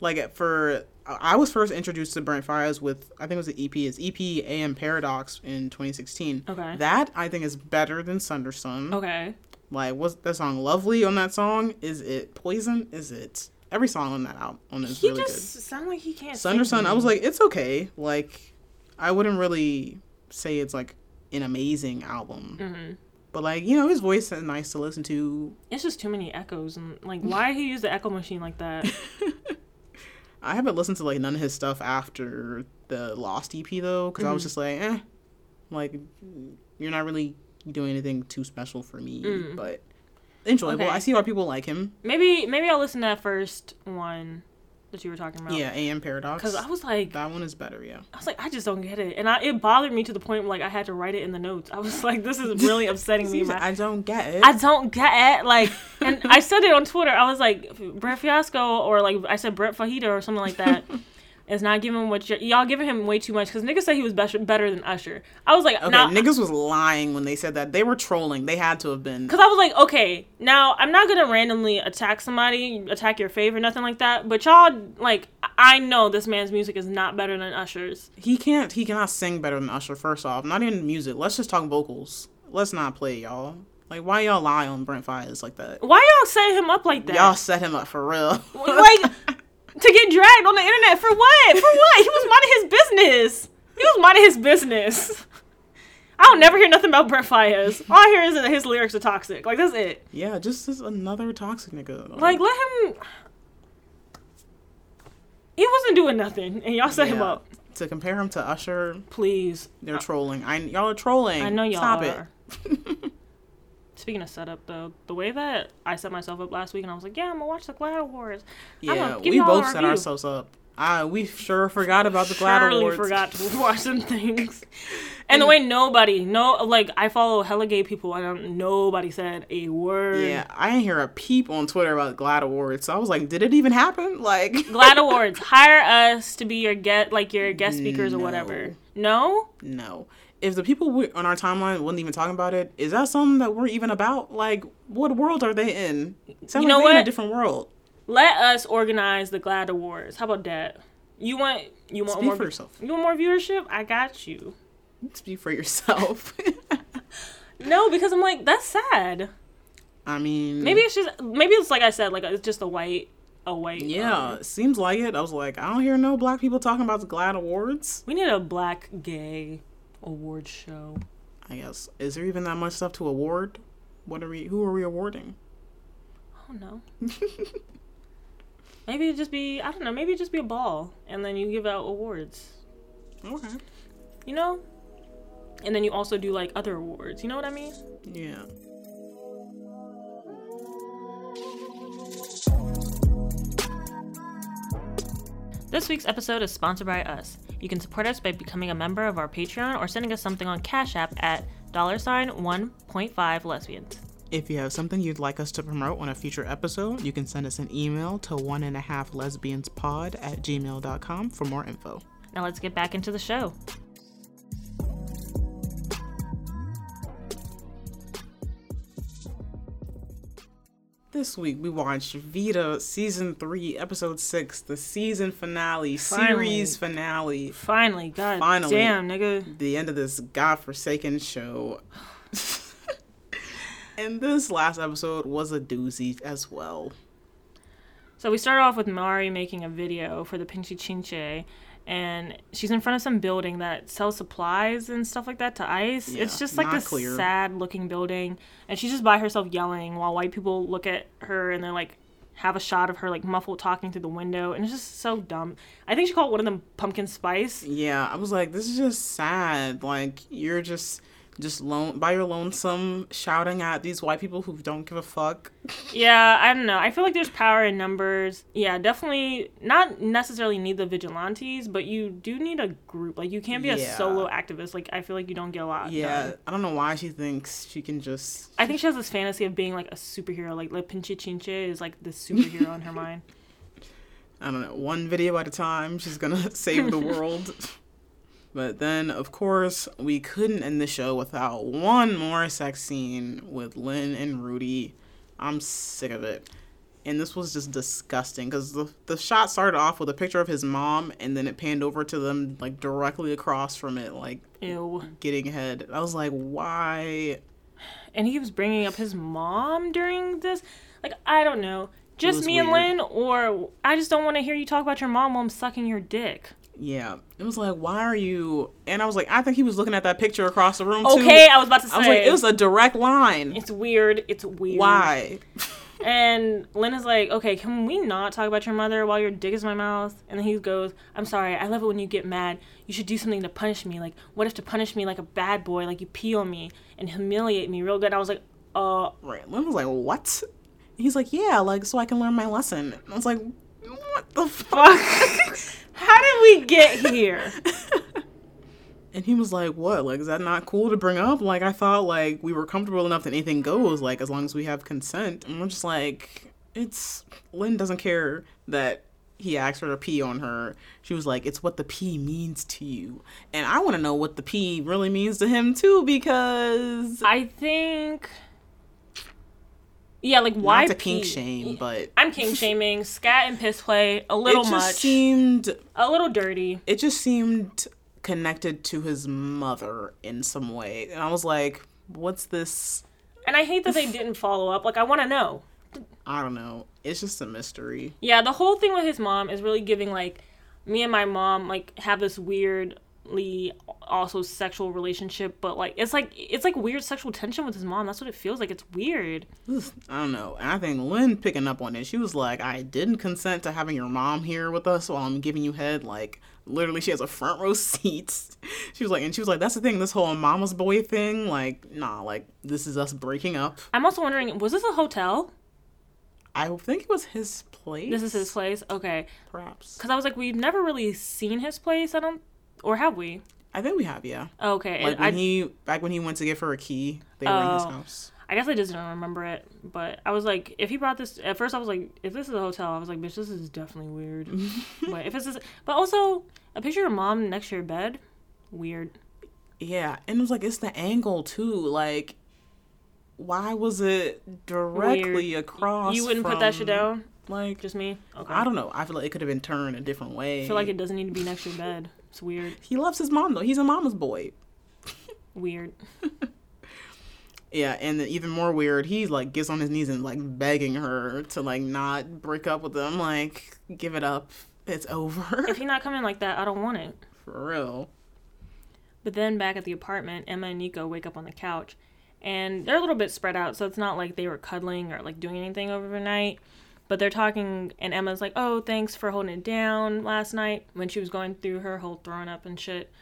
Like for I I was first introduced to Brent Fires with I think it was the EP. It's E EP AM Paradox in 2016. Okay. Oh. That I think is better than Sunder Sun. okay, Like what's that song? Lovely on that song. Is it Poison? Is it every song on that album on is He really just good. sound like he can't. Thunder sing to Sun. I me. was like, it's okay. Like I wouldn't really say it's like an amazing Mm. album, but like you know his voice is nice to listen to. Mm-hmm. it's just too many echoes and like, why he use the echo machine like (laughs) that? I haven't listened to like none of his stuff after the Lost EP though, because I Mm-hmm. was just like, eh, like you're not really doing anything too special for me, but enjoyable. Mm. Okay. I see why people like him. Maybe maybe I'll listen to that first one that you were talking about. Yeah, AM Paradox. Because Oh. I was like, that one is better. Yeah, I was like, I just don't get it, and I, it bothered me to the point where like I had to write it in the notes. I was (laughs) like, this is really upsetting me. He's right like, I don't get it. I don't get it. Like, and I said it on Twitter. I was like, Brett Fiasco, or like I said Brett Fajita, or something like that. Is not giving what you y'all giving him way too much because niggas said he was better better than Usher. I was like, okay, now, niggas was lying when they said that. They were trolling. They had to have been. Because I was like, okay, now I'm not gonna randomly attack somebody, attack your fave or nothing like that. But y'all, like, I- I know this man's music is not better than Usher's. He can't. He cannot sing better than Usher. First off, not even music. Let's just talk vocals. Let's not play y'all. Like why y'all lie on Brent Fires like that? Why y'all set him up like that? Y'all set him up for real. (laughs) like to get dragged on the internet for what? For what? He was minding his business. He was minding his business. I don't never hear nothing about Brent Fires. All I hear is that his lyrics are toxic. Like that's it. Yeah, just this another toxic nigga. Like let him. He wasn't doing nothing, and y'all set him Yeah. up. to compare him to Usher, Please, they're trolling. I y'all are trolling. Uh, I know y'all Stop are. Speaking of setup, though, the way that I set myself up last week, and I was like, "Yeah, I'm gonna watch the Glad Awards." it. I'm gonna Yeah, give we y'all a both set review. ourselves up. I we sure forgot about the Glad Surely Awards. forgot to (laughs) watch some things. And the way nobody, no, like I follow hella gay people, and um, nobody said a word. Yeah, I didn't hear a peep on Twitter about the Glad Awards. So I was like, did it even happen? (laughs) Like Glad Awards, (laughs) hire us to be your get, like your guest speakers or whatever. No, No. If the people we, on our timeline wasn't even talking about it, is that something that we're even about? Like, what world are they in? Sound You like know they in what? a different world. let us organize the Glad Awards. How about that? You want you want Speak more vi- for yourself. You want more viewership? I got you. Speak for yourself. (laughs) No, because I'm like that's sad. I mean, Maybe it's just maybe it's like I said, like it's just a white a white. Yeah, um, seems like it. I was like, I don't hear no black people talking about the GLAD awards. we need a black gay award show. I guess is there even that much stuff to award? What are we? Who are we awarding? I don't know. (laughs) maybe it just be I don't know. Maybe it just be a ball, and then you give out awards. Okay. You know, and then you also do like other awards. You know what I mean? Yeah. This week's episode is sponsored by us. You can support us by becoming a member of our Patreon or sending us something on Cash App at dollar sign one point five lesbians. If you have something you'd like us to promote on a future episode, you can send us an email to one and a half lesbianspod at gmail.com for more info. Now let's get back into the show. This week we watched Vita season three, episode six, the season finale, Finally. series finale. Finally, god Finally. damn, nigga. the end of this godforsaken show. and this last episode was a doozy as well. So we start off with Mari making a video for the Pinchy Chinche, and she's in front of some building that sells supplies and stuff like that to ICE. Yeah, it's just like not this clear. sad looking building, and she's just by herself yelling while white people look at her and they're like, have a shot of her like muffled talking through the window, and it's just so dumb. I think she called one of them pumpkin spice. Yeah, I was like, this is just sad. Like you're just just lone by your lonesome shouting at these white people who don't give a fuck. Yeah, I don't know. I feel like there's power in numbers. Yeah, definitely not necessarily need the vigilantes, but you do need a group. Like you can't be a Yeah. solo activist. Like I feel like you don't get a lot. Yeah, done. I don't know why she thinks she can just I think she has this fantasy of being like a superhero. Like La Pinche Chinche is like the superhero (laughs) in her mind. I don't know, one video at a time. She's gonna (laughs) (laughs) save the world. But then, of course, we couldn't end the show without one more sex scene with Lynn and Rudy. I'm sick of it. And this was just disgusting because the, the shot started off with a picture of his mom and then it panned over to them, like directly across from it, like Ew. getting head. I was like, why? and he was bringing up his mom during this. Like, I don't know. Just was me and weird. Lynn, or I just don't want to hear you talk about your mom while I'm sucking your dick. Yeah, it was like, why are you? And I was like, I think he was looking at that picture across the room. too. Okay, I was about to say. I was like, it was a direct line. It's weird. It's weird. Why? And Lynn is like, okay, can we not talk about your mother while your dick is in my mouth? And then he goes, I'm sorry, I love it when you get mad. You should do something to punish me. Like, what if to punish me like a bad boy, like you pee on me and humiliate me real good? I was like, (laughs) uh, Right. Lynn was like, what? He's like, yeah, like so I can learn my lesson. And I was like, what the fuck? how did we get here? And he was like, what? Like, is that not cool to bring up? Like, I thought like we were comfortable enough that anything goes. Like, as long as we have consent. And I'm just like, it's Lynn doesn't care that. He asked her to pee on her. She was like, "It's what the pee means to you," and I want to know what the pee really means to him too, because I think, yeah, like, why? not to pink pee? shame, but I'm king (laughs) shaming, scat and piss play, a it little just much, seemed a little dirty. it just seemed connected to his mother in some way, and I was like, "What's this? And I hate that they didn't follow up. Like, I want to know. I don't know. It's just a mystery." Yeah, the whole thing with his mom is really giving like me and my mom like have this weirdly also sexual relationship, but like it's like it's like weird sexual tension with his mom. That's what it feels like. It's weird. Oof, I don't know. And I think Lynn picking up on it. She was like, "I didn't consent to having your mom here with us while I'm giving you head." Like, literally, she has a front row (laughs) seat. She was like, and she was like, "That's the thing. This whole mama's boy thing. Like, nah. Like, this is us breaking up." I'm also wondering, was this a hotel? I think it was his place. This is his place. Okay, perhaps. because I was like, we've never really seen his place. I don't, or have we? I think we have, yeah. Okay, Like I, when he back when he went to give her a key, they were in his Oh. house. I guess I just didn't remember it. But I was like, if he brought this, at first I was like, if this is a hotel, I was like, bitch, this is definitely (laughs) weird. but if it's, this, but also a picture of your mom next to your bed, weird. Yeah, and it was like it's the angle too. Like, why was it directly Weird. across? You wouldn't put that shit from, down. Like, Just me. Okay. I don't know. I feel like it could have been turned a different way. I feel like it doesn't need to be next to your bed. It's weird. he loves his mom though. He's a mama's boy. Weird. Yeah, and then even more weird, he like gets on his knees and like begging her to like not break up with him. Like, give it up. It's over. If you're not coming like that, I don't want it. (laughs) For real. But then back at the apartment, Emma and Nico wake up on the couch, and they're a little bit spread out, so it's not like they were cuddling or like doing anything overnight. But they're talking, and Emma's like, "Oh, thanks for holding it down last night when she was going through her whole throwing up and shit."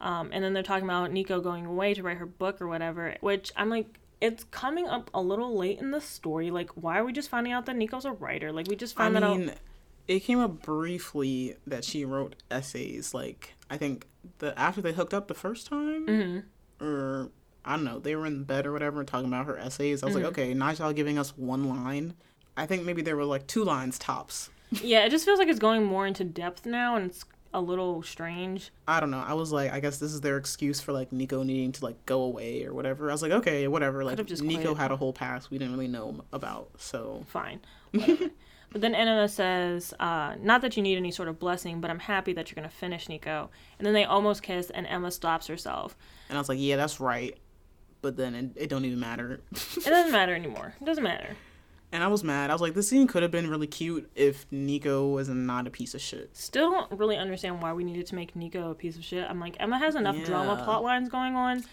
Um, and then they're talking about Nico going away to write her book or whatever, which I'm like, it's coming up a little late in the story. Like, why are we just finding out that Nico's a writer? Like, we just I found that out. mean, it came up briefly that she wrote essays. Like I think the after they hooked up the first time, Mm-hmm. or I don't know, they were in bed or whatever, and talking about her essays. I was Mm-hmm. like, okay, not y'all giving us one line. I think maybe there were like two lines tops. Yeah, it just feels like it's going more into depth now, and it's a little strange. I don't know. I was like, I guess this is their excuse for like Nico needing to like go away or whatever. I was like, okay, whatever. Like Could've just Nico quit. had a whole past we didn't really know about. So fine. whatever. (laughs) but then Enema says, uh, not that you need any sort of blessing, but I'm happy that you're going to finish, Nico. And then they almost kiss, and Emma stops herself. and I was like, yeah, that's right. But then it, it don't even matter. It doesn't matter anymore. It doesn't matter. And I was mad. I was like, this scene could have been really cute if Nico was not a piece of shit. Still don't really understand why we needed to make Nico a piece of shit. I'm like, Emma has enough drama Yeah. plot lines going on.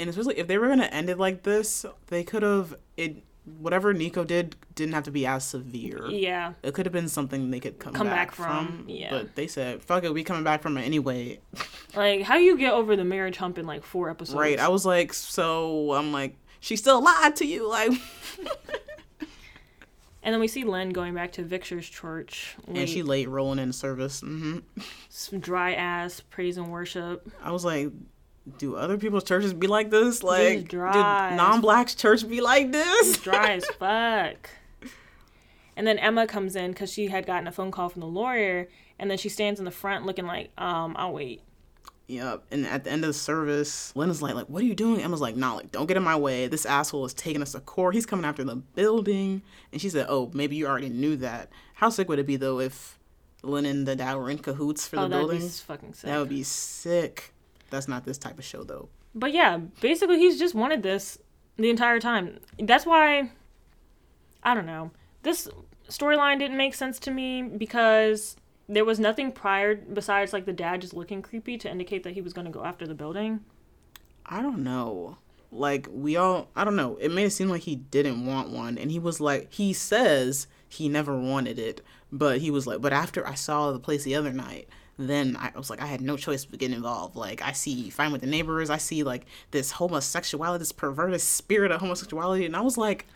And especially if they were gonna end it like this, they could have it. Whatever Nico did didn't have to be as severe. Yeah. It could have been something they could come, Come back back, from. from, yeah. But they said, fuck it, we coming back from it anyway. Like, how you get over the marriage hump in like four episodes? Right. I was like, so I'm like, she still lied to you. (laughs) Like, and then we see Lynn going back to Victor's church. and she late, late rolling in service. hmm some dry ass praise and worship. I was like, do other people's churches be like this? is Like, did dry. non-blacks church be like this? dry as fuck. And then Emma comes in because she had gotten a phone call from the lawyer, and then she stands in the front looking like, um, I'll wait. Yep. And at the end of the service, Lena's like, like, what are you doing? Emma's like, nah, like, don't get in my way. This asshole is taking us to court. He's coming after the building. And she said, oh, maybe you already knew that. How sick would it be, though, if Lena and the dad were in cahoots for Oh, the that'd building? be fucking sick. that would be sick. That's not this type of show, though. But yeah, basically, he's just wanted this the entire time. That's why I don't know. This storyline didn't make sense to me because there was nothing prior besides like the dad just looking creepy to indicate that he was going to go after the building. I don't know. Like we all, I don't know. It made it seem like he didn't want one, and he was like, he says he never wanted it, but he was like, but after I saw the place the other night, then I was like, I had no choice but get involved. Like I see fine with the neighbors, I see like this homosexuality, this perverted spirit of homosexuality, and I was like,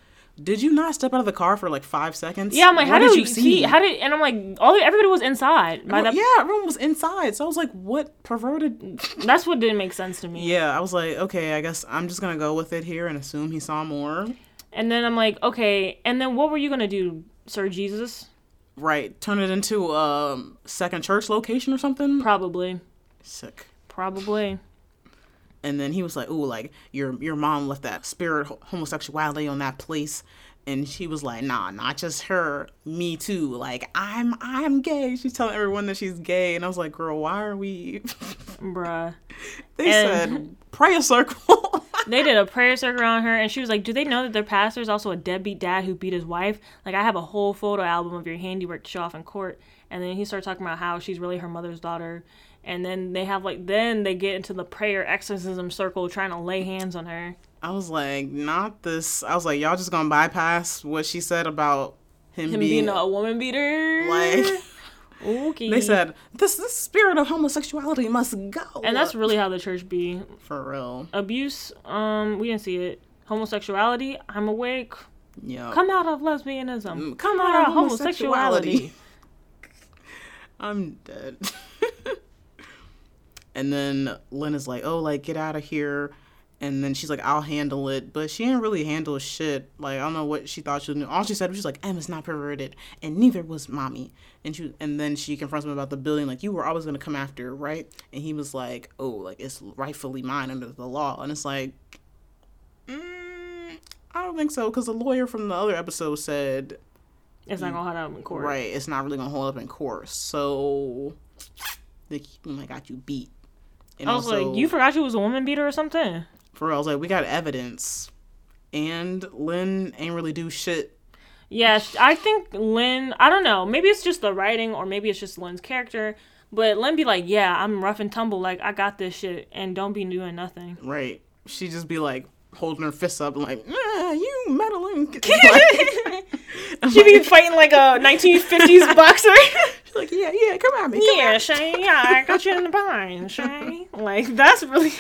did you not step out of the car for like five seconds? Yeah, I'm like, What how did, you see? How did and I'm like, all everybody was inside by that. yeah, everyone was inside, so I was like, what perverted? That's what didn't make sense to me. Yeah, I was like, okay, I guess I'm just gonna go with it here and assume he saw more. And then I'm like, okay. And then what were you gonna do, Sir Jesus? Right, turn it into a um, second church location or something. Probably, Sick. probably. And then he was like, "Ooh, like your your mom left that spirit ho- homosexuality on that place," and she was like, "Nah, not just her, me too. Like I'm I'm gay." She's telling everyone that she's gay, and I was like, "Girl, why are we?" (laughs) Bruh. they And- said prayer circle. (laughs) They did a prayer circle around her, and she was like, "Do they know that their pastor is also a deadbeat dad who beat his wife? Like, I have a whole photo album of your handiwork to show off in court." And then he starts talking about how she's really her mother's daughter, and then they have like, then they get into the prayer exorcism circle trying to lay hands on her. I was like, "Not this." I was like, "Y'all just gonna bypass what she said about him, Him being, being a woman beater, (laughs) like." okay. They said this this spirit of homosexuality must go, and that's really how the church be for real. Uh, abuse. Um, we didn't see it. Homosexuality, I'm awake. Yeah, Come out of lesbianism. Come Mm, out out of of homosexuality. (laughs) I'm dead. (laughs) and then Lynn is like, "Oh, like get out of here." And then she's like, "I'll handle it," but she didn't really handle shit. Like I don't know what she thought she knew. All she said was, "She's like Emma's not perverted, and neither was mommy." And she and then she confronts him about the building, like you were always gonna come after, right? And he was like, "Oh, like it's rightfully mine under the law," and it's like. Mm, I don't think so, because the lawyer from the other episode said (laughs) It's not gonna hold up in court. Right. It's not really gonna hold up in court. So they keep him, like got you beat. And I was like, you forgot you was a woman beater or something. for real, I was like, we got evidence. And Lynn ain't really do shit. Yeah, sh- I think Lynn. I don't know. Maybe it's just the writing, or maybe it's just Lynn's character. But Lynn be like, yeah, I'm rough and tumble. Like I got this shit, and don't be doing nothing. Right. She just be like holding her fists up and like, "Ah, you (laughs) meddling. (laughs) like, She be fighting like (laughs) a 1950s boxer. she's like, yeah, yeah, come at me. Come yeah, Shay. Yeah, I got you in the bind, Shay. Like that's really.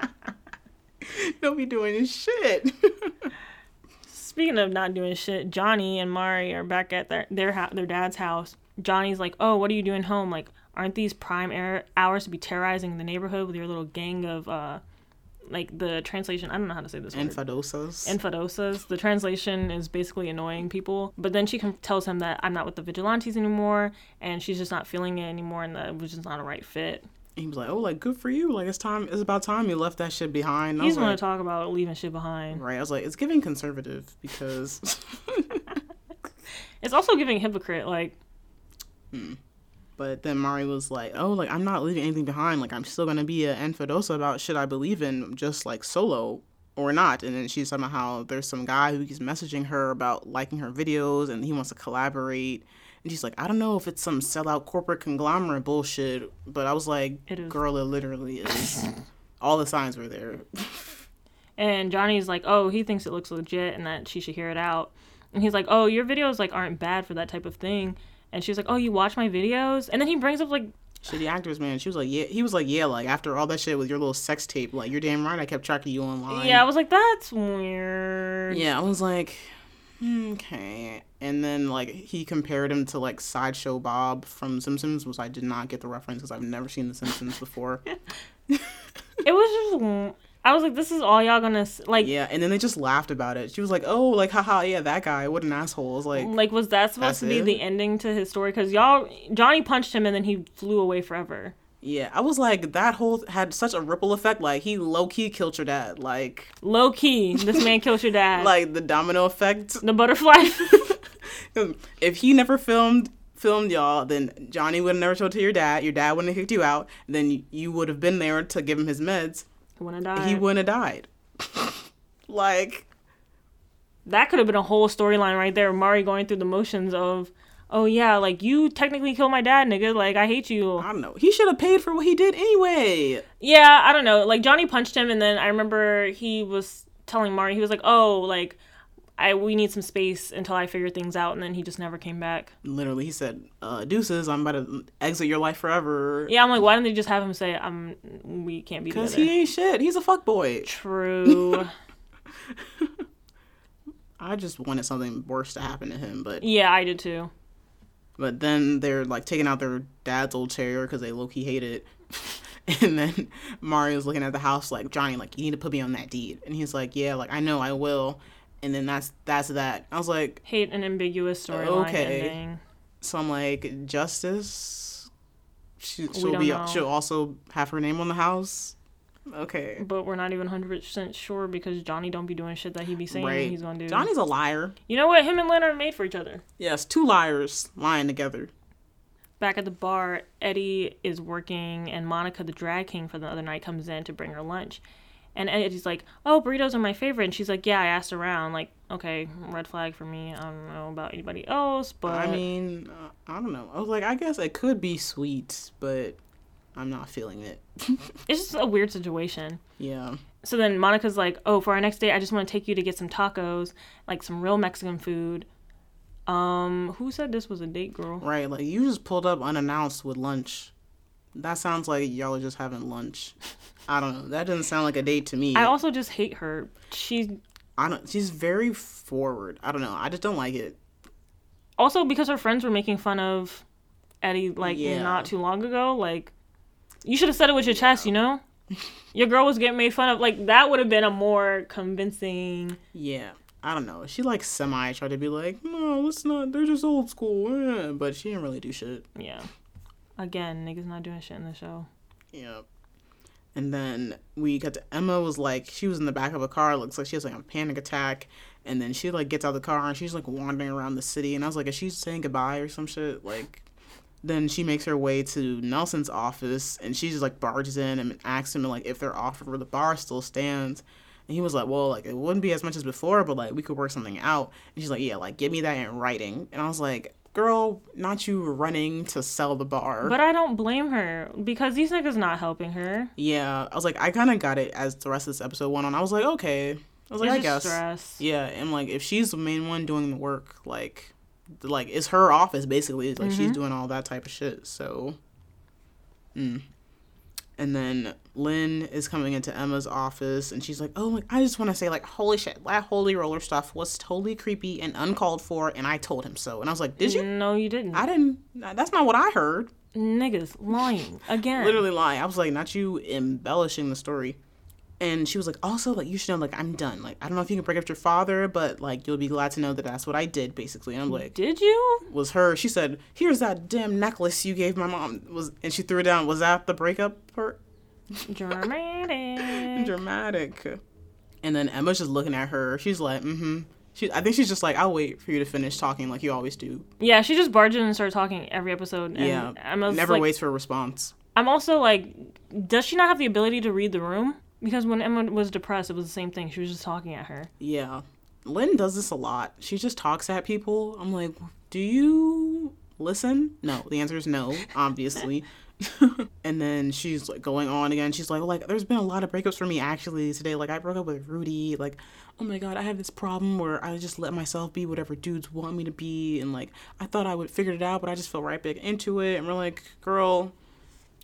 at me. Don't be (laughs) doing shit. Speaking of not doing shit, Johnny and Mari are back at their their hou- their dad's house. Johnny's like, "Oh, what are you doing home? Like, aren't these prime air hours to be terrorizing the neighborhood with your little gang of uh, like the translation? I don't know how to say this word. Infidosas. Infidosas. The translation is basically annoying people. But then she com- tells him that I'm not with the vigilantes anymore, and she's just not feeling it anymore, and that it was just not a right fit. he was like, oh, like, good for you. Like, it's time. It's about time you left that shit behind. I He's was want like, to talk about leaving shit behind. Oh, Right. I was like, it's giving conservative because. (laughs) It's also giving hypocrite. Like, But then Mari was like, "Oh, like I'm not leaving anything behind. Like I'm still gonna be a enfadosa about shit I believe in, just like solo or not." And then she's talking about how there's some guy who keeps messaging her about liking her videos and he wants to collaborate. And she's like, "I don't know if it's some sellout corporate conglomerate bullshit, but I was like, It is. girl, it literally is. All the signs were there. And Johnny's like, oh, he thinks it looks legit and that she should hear it out. And he's like, oh, your videos like aren't bad for that type of thing. And she's like, oh, you watch my videos? And then he brings up like, Shitty actors, man." She was like, "Yeah." He was like, "Yeah." Like after all that shit with your little sex tape, like you're damn right. I kept tracking you online. yeah, I was like, that's weird. Yeah, I was like, okay. And then like he compared him to like Sideshow Bob from Simpsons, which I did not get the reference because I've never seen The Simpsons before. It was just, I was like, this is all y'all gonna s- like. yeah, and then they just laughed about it. She was like, "Oh, like haha, yeah, that guy, what an asshole." I was like, Like, was that supposed That's to be it? the ending to his story? Because y'all, Johnny punched him and then he flew away forever. yeah, I was like, that whole had such a ripple effect. Like he low key killed your dad. Like Low key, this (laughs) man killed your dad. like the domino effect. (laughs) the butterfly. (laughs) if he never filmed filmed y'all, then Johnny would have never told to your dad. Your dad wouldn't have kicked you out. Then you would have been there to give him his meds. he wanna die. He wouldn't have died. (laughs) Like, That could have been a whole storyline right there. Mari going through the motions of, oh yeah, like you technically killed my dad, nigga. Like I hate you. I don't know. He should have paid for what he did anyway. Yeah, I don't know. Like Johnny punched him, and then I remember he was telling Mari, he was like, oh, like I we need some space until I figure things out, and then he just never came back. Literally, he said, uh, "Deuces, I'm about to exit your life forever." Yeah, I'm like, why didn't they just have him say, um, we can't be Cause together? he ain't shit. He's a (laughs) fuckboy. True. I just wanted something worse to happen to him, but yeah, I did too. but then they're like taking out their dad's old chair because they low key hate it. (laughs) and then Mario's looking at the house like Johnny, like you need to put me on that deed, and he's like, yeah, like I know I will. And then that's that's that. I was like, Hate an ambiguous storyline Okay. ending. so I'm like justice. She, she'll don't be. know. She'll also have her name on the house. Okay. But we're not even 100% sure because Johnny don't be doing shit that he be saying Right. he's gonna do. Johnny's a liar. you know what? Him and Leonard are made for each other. Yes, two liars lying together. Back at the bar, Eddie is working and Monica, the drag king for the other night, comes in to bring her lunch. And Eddie's like, oh, burritos are my favorite. And she's like, yeah, I asked around. Like, okay, red flag for me. I don't know about anybody else, but I mean, uh, I don't know. I was like, I guess it could be sweet, but I'm not feeling it. (laughs) it's just a weird situation. yeah. So then Monica's like, "Oh, for our next date, I just want to take you to get some tacos, like some real Mexican food." Um, who said this was a date, girl? Right, like you just pulled up unannounced with lunch. That sounds like y'all are just (laughs) having lunch. I don't know. That doesn't sound like a date to me. I also just hate her. She I don't. She's very forward. I don't know. I just don't like it. also because her friends were making fun of Eddie like Yeah. not too long ago. Like, you should have said it with your chest, you know. Your girl was getting made fun of. Like that would have been a more convincing. Yeah, I don't know. She like semi tried to be like, no, let's not. They're just old school. eh," But she didn't really do shit. Yeah. Again, niggas not doing shit in the show. Yep. And then we got to Emma was like she was in the back of a car. Looks like she has like a panic attack. And then she like gets out of the car and she's like wandering around the city. And I was like, is she saying goodbye or some shit? Like, then she makes her way to Nelson's office and she just like barges in and asks him like if their offer for the bar still stands. And he was like, well, like it wouldn't be as much as before, but like we could work something out. And she's like, yeah, like give me that in writing. And I was like, girl, not you running to sell the bar. But I don't blame her because these niggas not helping her. Yeah, I was like, I kind of got it as the rest of this episode went on. I was like, okay, I was like, It's I just guess, stress. yeah. And like, if she's the main one doing the work, like, like it's her office basically. It's like she's doing all that type of shit. So, mm. and then Lynn is coming into Emma's office, and she's like, oh my, I just want to say like, holy shit, that holy roller stuff was totally creepy and uncalled for, and I told him so. And I was like, did you? No, you didn't. I didn't. That's not what I heard. niggas lying again. literally lying. I was like, not you embellishing the story. And she was like, also, like, you should know, like, I'm done. Like, I don't know if you can break up with your father, but, like, you'll be glad to know that that's what I did, basically. And I'm like, Did you? was her, she said, here's that damn necklace you gave my mom. was And she threw it down. Was that the breakup part? Dramatic. Dramatic. And then Emma's just looking at her. She's like, mm hmm. She, I think she's just like, I'll wait for you to finish talking like you always do. Yeah, she just barges in and starts talking every episode. And Yeah. I'm also Never like, waits for a response. I'm also like, does she not have the ability to read the room? Because when Emma was depressed, it was the same thing. She was just talking at her. Yeah. Lynn does this a lot. She just talks at people. I'm like, do you listen? No. The answer is no, obviously. (laughs) and then she's like going on again. She's like, like, there's been a lot of breakups for me actually today. Like I broke up with Rudy. Like, oh my god, I have this problem where I just let myself be whatever dudes want me to be and like I thought I would figure it out, but I just fell right back into it. And we're like, girl,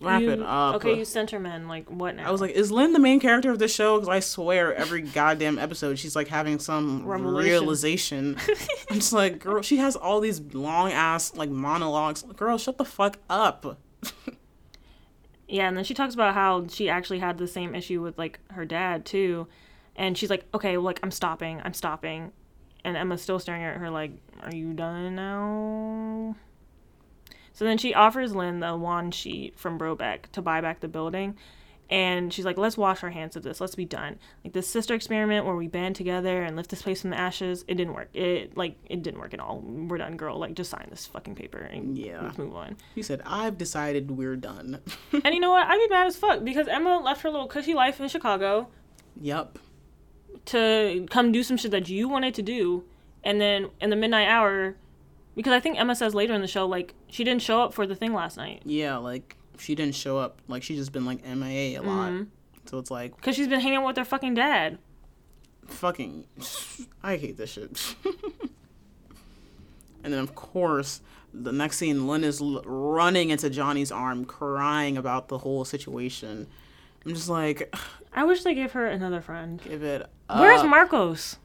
wrap it You- up. Okay, you sent her men. Like, what now? I was like, is Lynn the main character of this show? Because I swear every goddamn episode she's like having some Revelation. realization. I'm just like, girl, she has all these long ass like monologues. Girl, shut the fuck up. Yeah, and then she talks about how she actually had the same issue with like her dad too, and she's like, "Okay, like I'm stopping, I'm stopping," and Emma's still staring at her like, "Are you done now?" So then she offers Lynn the wand sheet from Brobeck to buy back the building, and she's like, "Let's wash our hands of this. Let's be done. Like this sister experiment where we band together and lift this place from the ashes. It didn't work. It like it didn't work at all. We're done, girl. Like just sign this fucking paper and Yeah. let's move on." He said, I've decided we're done. (laughs) And you know what? I'd be mad as fuck because Emma left her little cushy life in Chicago yep. to come do some shit that you wanted to do, and then in the midnight hour, because I think Emma says later in the show like she didn't show up for the thing last night Yeah, like she didn't show up. Like she just been like MIA a lot. So it's like because she's been hanging out with her fucking dad. fucking I hate this shit. (laughs) and then of course, the next scene Lynn is l- running into Johnny's arm crying about the whole situation. I'm just like I wish they gave her another friend. give it Where's up. Marcos?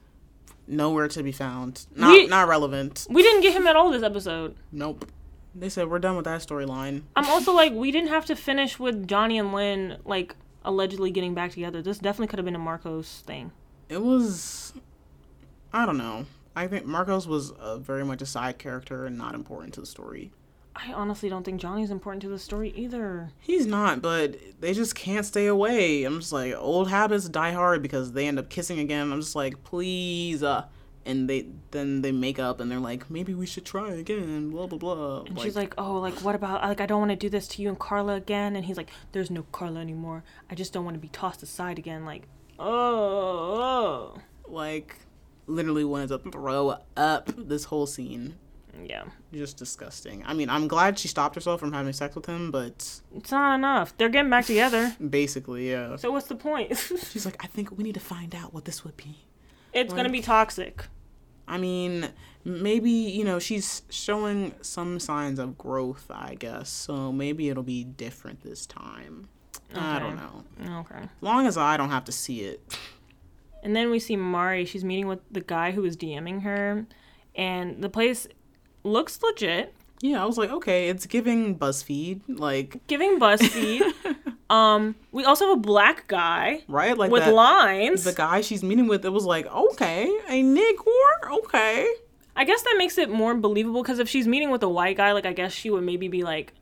nowhere to be found. Not We- not relevant. We didn't get him at all this episode. Nope. They said we're done with that storyline. I'm also like, we didn't have to finish with Johnny and Lynn like allegedly getting back together. This definitely could have been a Marcos thing. It was I don't know. I think Marcos was uh, very much a side character and not important to the story. I honestly don't think Johnny's important to the story either. He's not, but they just can't stay away. I'm just like old habits die hard because they end up kissing again. I'm just like, please, uh, and they then they make up and they're like, maybe we should try again. Blah blah blah. And she's like, oh, like what about like I don't want to do this to you and Carla again. And he's like, there's no Carla anymore. I just don't want to be tossed aside again. Like, oh, oh. like literally wanted to throw up this whole scene. yeah, Just disgusting. I mean, I'm glad she stopped herself from having sex with him, but it's not enough. They're getting back (laughs) together. basically, yeah. So what's the point? (laughs) it's She's like, I think we need to find out what this would be. gonna be toxic. I mean, maybe, you know, she's showing some signs of growth, I guess. So maybe it'll be different this time. I don't know. Okay. As long as I don't have to see it. And then we see Mari. She's meeting with the guy who was DMing her, and the place looks legit. Yeah, I was like, okay, it's giving BuzzFeed, like, Giving (laughs) BuzzFeed. um, we also have a black guy right? Like with that- lines. The guy she's meeting with, it was like, okay, a Negor, okay. I guess that makes it more believable because if she's meeting with a white guy, like I guess she would maybe be like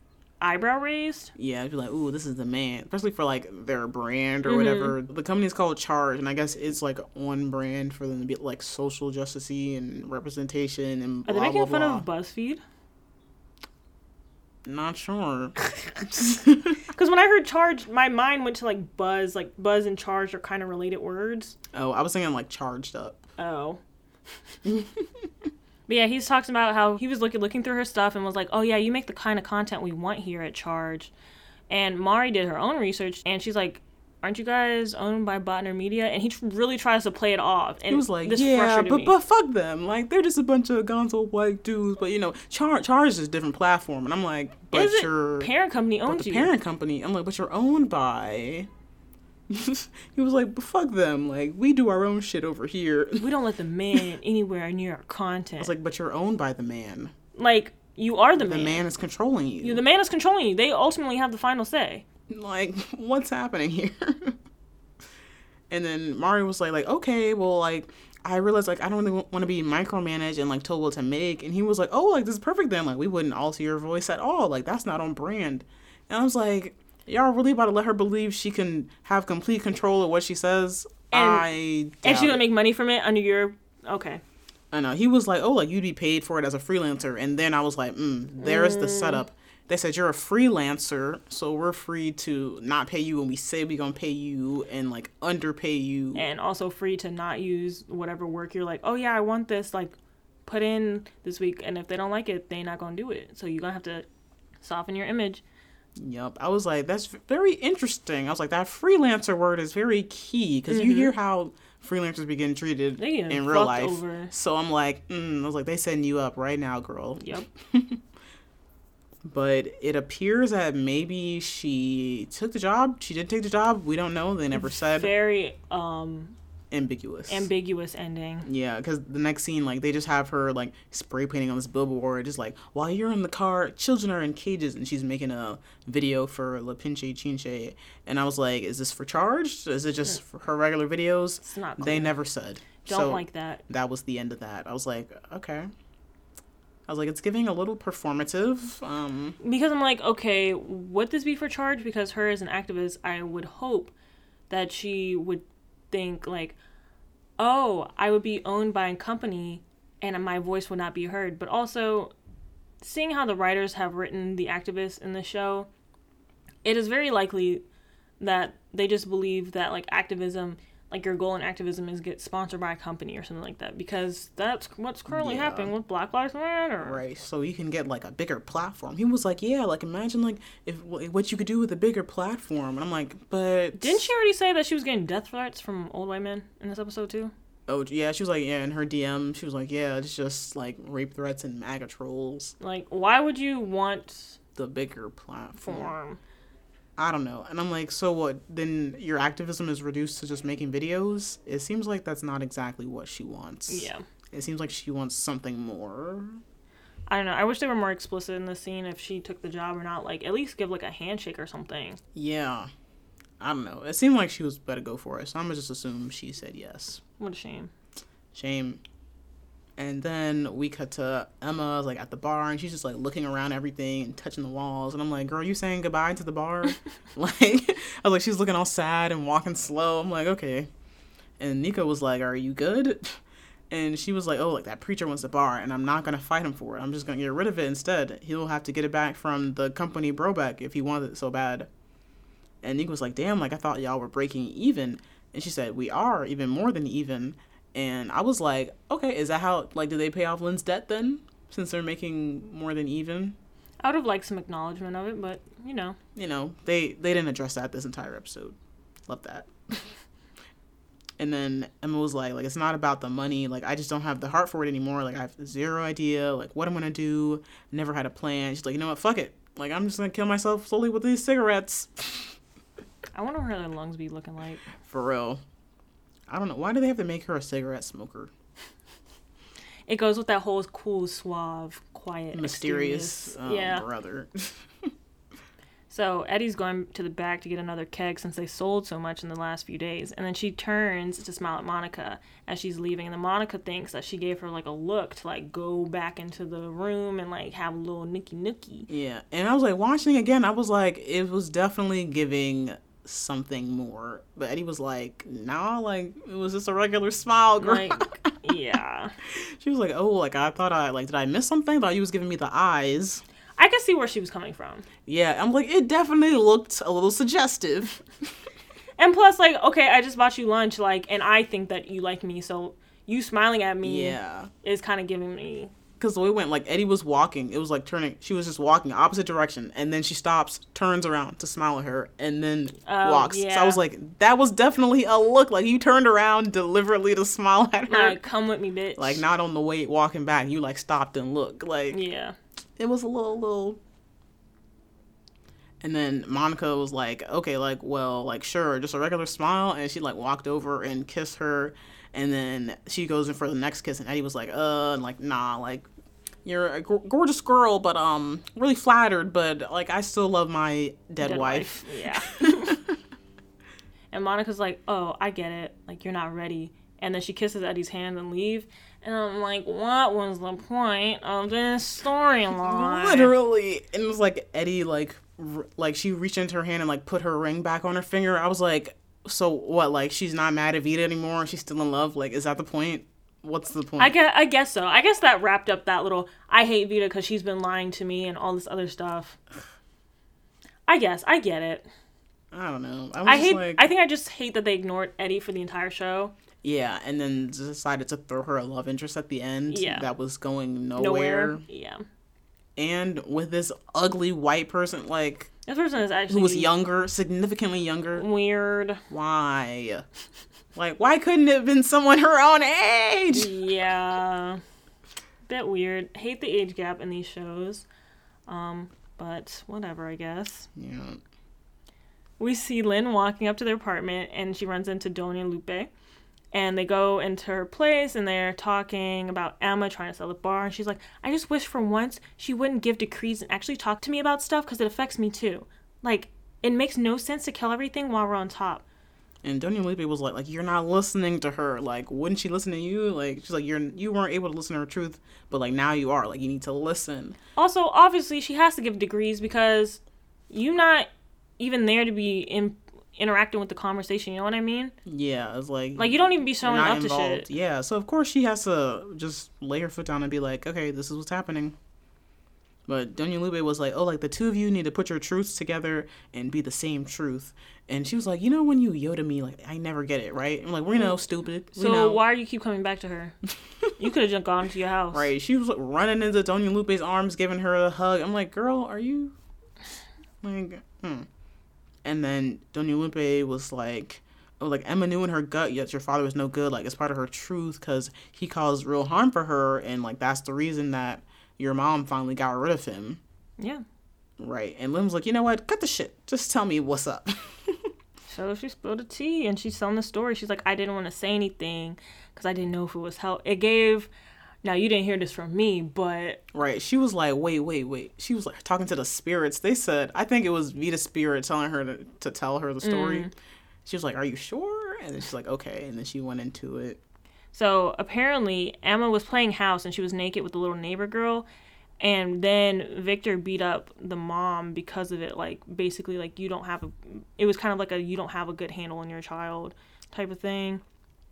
eyebrow raised. Yeah, I'd be like, ooh, this is the man, especially for like their brand Mm-hmm. or whatever. The company's called Charge, and I guess it's like on brand for them to be like social justicey and representation and Are blah they making blah fun blah. of BuzzFeed? (laughs) Not sure. Because when I heard charge, my mind went to like buzz, like buzz and charge are kind of related words. oh, I was thinking like charged up. (laughs) Oh. but yeah, he's talking about how he was looking looking through her stuff and was like, "Oh yeah, you make the kind of content we want here at Charge." And Mari did her own research and she's like, "Aren't you guys owned by Botner Media?" And he tr- really tries to play it off. And He was like, this yeah, frustrated but me. but fuck them. Like they're just a bunch of gonzo white dudes. But you know, Char- Charge is a different platform, and I'm like, but Isn't your parent company owns the you. parent company. I'm like, but you're owned by. (laughs) he was like, but fuck them. Like we do our own shit over here. (laughs) we don't let the man anywhere near our content. It's like, but you're owned by the man. like you are the, The man. man is controlling you. The man is controlling you. They ultimately have the final say. like, what's happening here? (laughs) and then Mario was like, like, okay, well, like, I realized like I don't really want to be micromanaged and like told what to make. And he was like, oh, like this is perfect then. Like we wouldn't alter your voice at all. Like that's not on brand. And I was like, y'all really about to let her believe she can have complete control of what she says? And- I And doubt she's gonna it. make money from it under your okay. I know. He was like, oh, like you'd be paid for it as a freelancer. And then I was like, mm, there's the setup. They said you're a freelancer, so we're free to not pay you when we say we're gonna pay you and like underpay you. and also free to not use whatever work you're like, oh yeah, I want this like put in this week, and if they don't like it, they not gonna do it. So you're gonna have to soften your image. Yup. I was like, that's very interesting. I was like, that freelancer word is very key because you hear how freelancers be getting treated Mm-hmm. They getting in fucked real life. over. So I'm like, mm, I was like, they setting you up right now, girl. Yep. But it appears that maybe she took the job. She didn't take the job. We don't know. They never said. Very um ambiguous. ambiguous ending. yeah, because the next scene, like, they just have her, like, spray painting on this billboard, just like, while you're in the car, children are in cages, and she's making a video for La Pinche Chinche. And I was like, is this for charged? Is it just for her regular videos? It's not They clear. never said. Don't So like that. That was the end of that. I was like, okay. I was like, it's giving a little performative. Um, Because I'm like, okay, would this be for charge? Because her as an activist, I would hope that she would think like, oh, I would be owned by a company and my voice would not be heard. But also, seeing how the writers have written the activists in the show, it is very likely that they just believe that like activism like your goal in activism is get sponsored by a company or something like that because that's what's currently Yeah. happening with Black Lives Matter. right so you can get like a bigger platform he was like yeah like imagine like if what you could do with a bigger platform and i'm like but Didn't she already say that she was getting death threats from old white men in this episode too? oh yeah she was like yeah in her dm she was like yeah it's just like rape threats and maga trolls Like, why would you want the bigger platform form? i don't know and i'm like so what then your activism is reduced to just making videos it seems like that's not exactly what she wants Yeah. it seems like she wants something more I don't know. I wish they were more explicit in the scene if she took the job or not. Like, at least give like a handshake or something. yeah i don't know it seemed like she was better go for it so i'm gonna just assume she said yes What a shame. Shame. And then we cut to Emma like at the bar and she's just like looking around everything and touching the walls and I'm like, Girl, you saying goodbye to the bar? like (laughs) I was like, she's looking all sad and walking slow. I'm like, okay. And Nico was like, Are you good? (laughs) And she was like, Oh, like that preacher wants the bar and I'm not gonna fight him for it. I'm just gonna get rid of it instead. He'll have to get it back from the company Broback if he wants it so bad. And Nico was like, Damn, like I thought y'all were breaking even and she said, We are even more than even and I was like, okay, is that how like did they pay off Lynn's debt then? Since they're making more than even, I would have liked some acknowledgement of it, but you know, you know, they they didn't address that this entire episode. Love that. (laughs) and then Emma was like, like it's not about the money. Like I just don't have the heart for it anymore. Like I have zero idea. Like what I'm gonna do. Never had a plan. She's like, you know what? Fuck it. Like I'm just gonna kill myself slowly with these cigarettes. I wonder what her lungs be looking like. For real. I don't know. Why do they have to make her a cigarette smoker? It goes with that whole cool, suave, quiet, Mysterious, um, yeah. brother. So Eddie's going to the back to get another keg since they sold so much in the last few days, and then she turns to smile at Monica as she's leaving, and then Monica thinks that she gave her like a look to like go back into the room and like have a little nookie nookie. (laughs) Yeah, and I was like watching again. I was like, it was definitely giving something more. But Eddie was like, nah, like it was just a regular smile, girl. Like, yeah. she was like, oh, like I thought I like did I miss something? Thought you was giving me the eyes. I could see where she was coming from. Yeah, I'm like, it definitely looked a little suggestive. And plus, like, okay, I just bought you lunch, like, and I think that you like me, so you smiling at me Yeah. is kind of giving me. Because the way it went, like Eddie was walking, it was like turning. She was just walking opposite direction, and then she stops, turns around to smile at her, and then Oh, walks. So yeah. I was like, that was definitely a look. Like you turned around deliberately to smile at her. Like, come with me, bitch. like not on the way walking back you like stopped and looked like Yeah. it was a little little and then monica was like okay like well like sure just a regular smile and she like walked over and kissed her and then she goes in for the next kiss and eddie was like uh and like nah like you're a g- gorgeous girl but um really flattered but like i still love my dead, Dead wife. Yeah. (laughs) and Monica's like, oh, I get it. Like, you're not ready. And then she kisses Eddie's hand and leave. And I'm like, what was the point of this storyline? literally and it was like eddie like r- like she reached into her hand and like put her ring back on her finger i was like so what like she's not mad at vita anymore she's still in love like is that the point what's the point I guess, I guess so. I guess that wrapped up that little I hate Vita because she's been lying to me and all this other stuff. I guess. I get it. I don't know i was I just hate. like I think I just hate that they ignored Eddie for the entire show. yeah and then decided to throw her a love interest at the end Yeah. that was going Nowhere. nowhere, Yeah. and with this ugly white person like This person is actually who was younger significantly younger Weird. why like why couldn't it have been someone her own age Mm. Yeah. Bit weird. Hate the age gap in these shows. Um, but whatever, I guess. yeah We see Lynn walking up to their apartment and she runs into Donia Lupe. And they go into her place and they're talking about Emma trying to sell the bar. And she's like, I just wish for once she wouldn't give decrees and actually talk to me about stuff because it affects me too. Like, it makes no sense to kill everything while we're on top. And Donia Lupe was like, like you're not listening to her. Like, wouldn't she listen to you? Like, she's like, you're you weren't able to listen to her truth, but like now you are. Like, you need to listen. Also, obviously, she has to give degrees because you're not even there to be in, interacting with the conversation. You know what I mean? Yeah, it's like Like, you don't even be showing not up involved. to shit. Yeah, so of course she has to just lay her foot down and be like, okay, this is what's happening. But Dunya Lube was like, "Oh, like the two of you need to put your truths together and be the same truth." And she was like, "You know, when you Yoda me, like I never get it, right?" I'm like, "We know, stupid. We So know." why do you keep coming back to her? you could have just gone to your house. Right? She was like, running into Dunya Lupe's arms, giving her a hug. I'm like, "Girl, are you?" Like, hmm. And then Dunya Lupe was like, "Oh, like Emma knew in her gut, yes, your father was no good. Like it's part of her truth because he caused real harm for her, and like that's the reason that your mom finally got rid of him." Yeah. Right. And Lim's like, you know what? Cut the shit. Just tell me what's up. So she spilled the tea and she's telling the story. She's like, I didn't want to say anything because I didn't know if it was help. It gave. Now you didn't hear this from me, but right. She was like, wait, wait, wait. She was like talking to the spirits. They said, I think it was Vita Spirit telling her to, to tell her the story. She was like, are you sure? And then she's like, okay. And then she went into it. So apparently, Emma was playing house and she was naked with the little neighbor girl. And then Victor beat up the mom because of it. Like, basically, like, you don't have a. It was kind of like a you don't have a good handle on your child type of thing.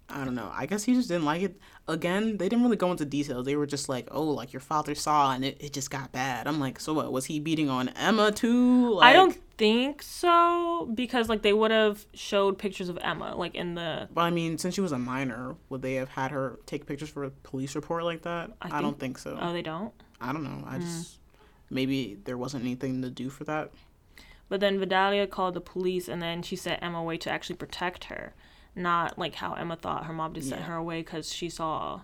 I don't know. I guess he just didn't like it. Again, they didn't really go into details. They were just like, oh, like your father saw and it, it just got bad. I'm like, so what? Was he beating on Emma too? Like, I don't think so because, like, they would have showed pictures of Emma, like, in the. But I mean, since she was a minor, would they have had her take pictures for a police report like that? I, don't think so. Mm. Oh, they don't? I don't know. I just maybe there wasn't anything to do for that. But then Vidalia called the police, and then she sent Emma away to actually protect her, not like how Emma thought her mom just sent her away because she saw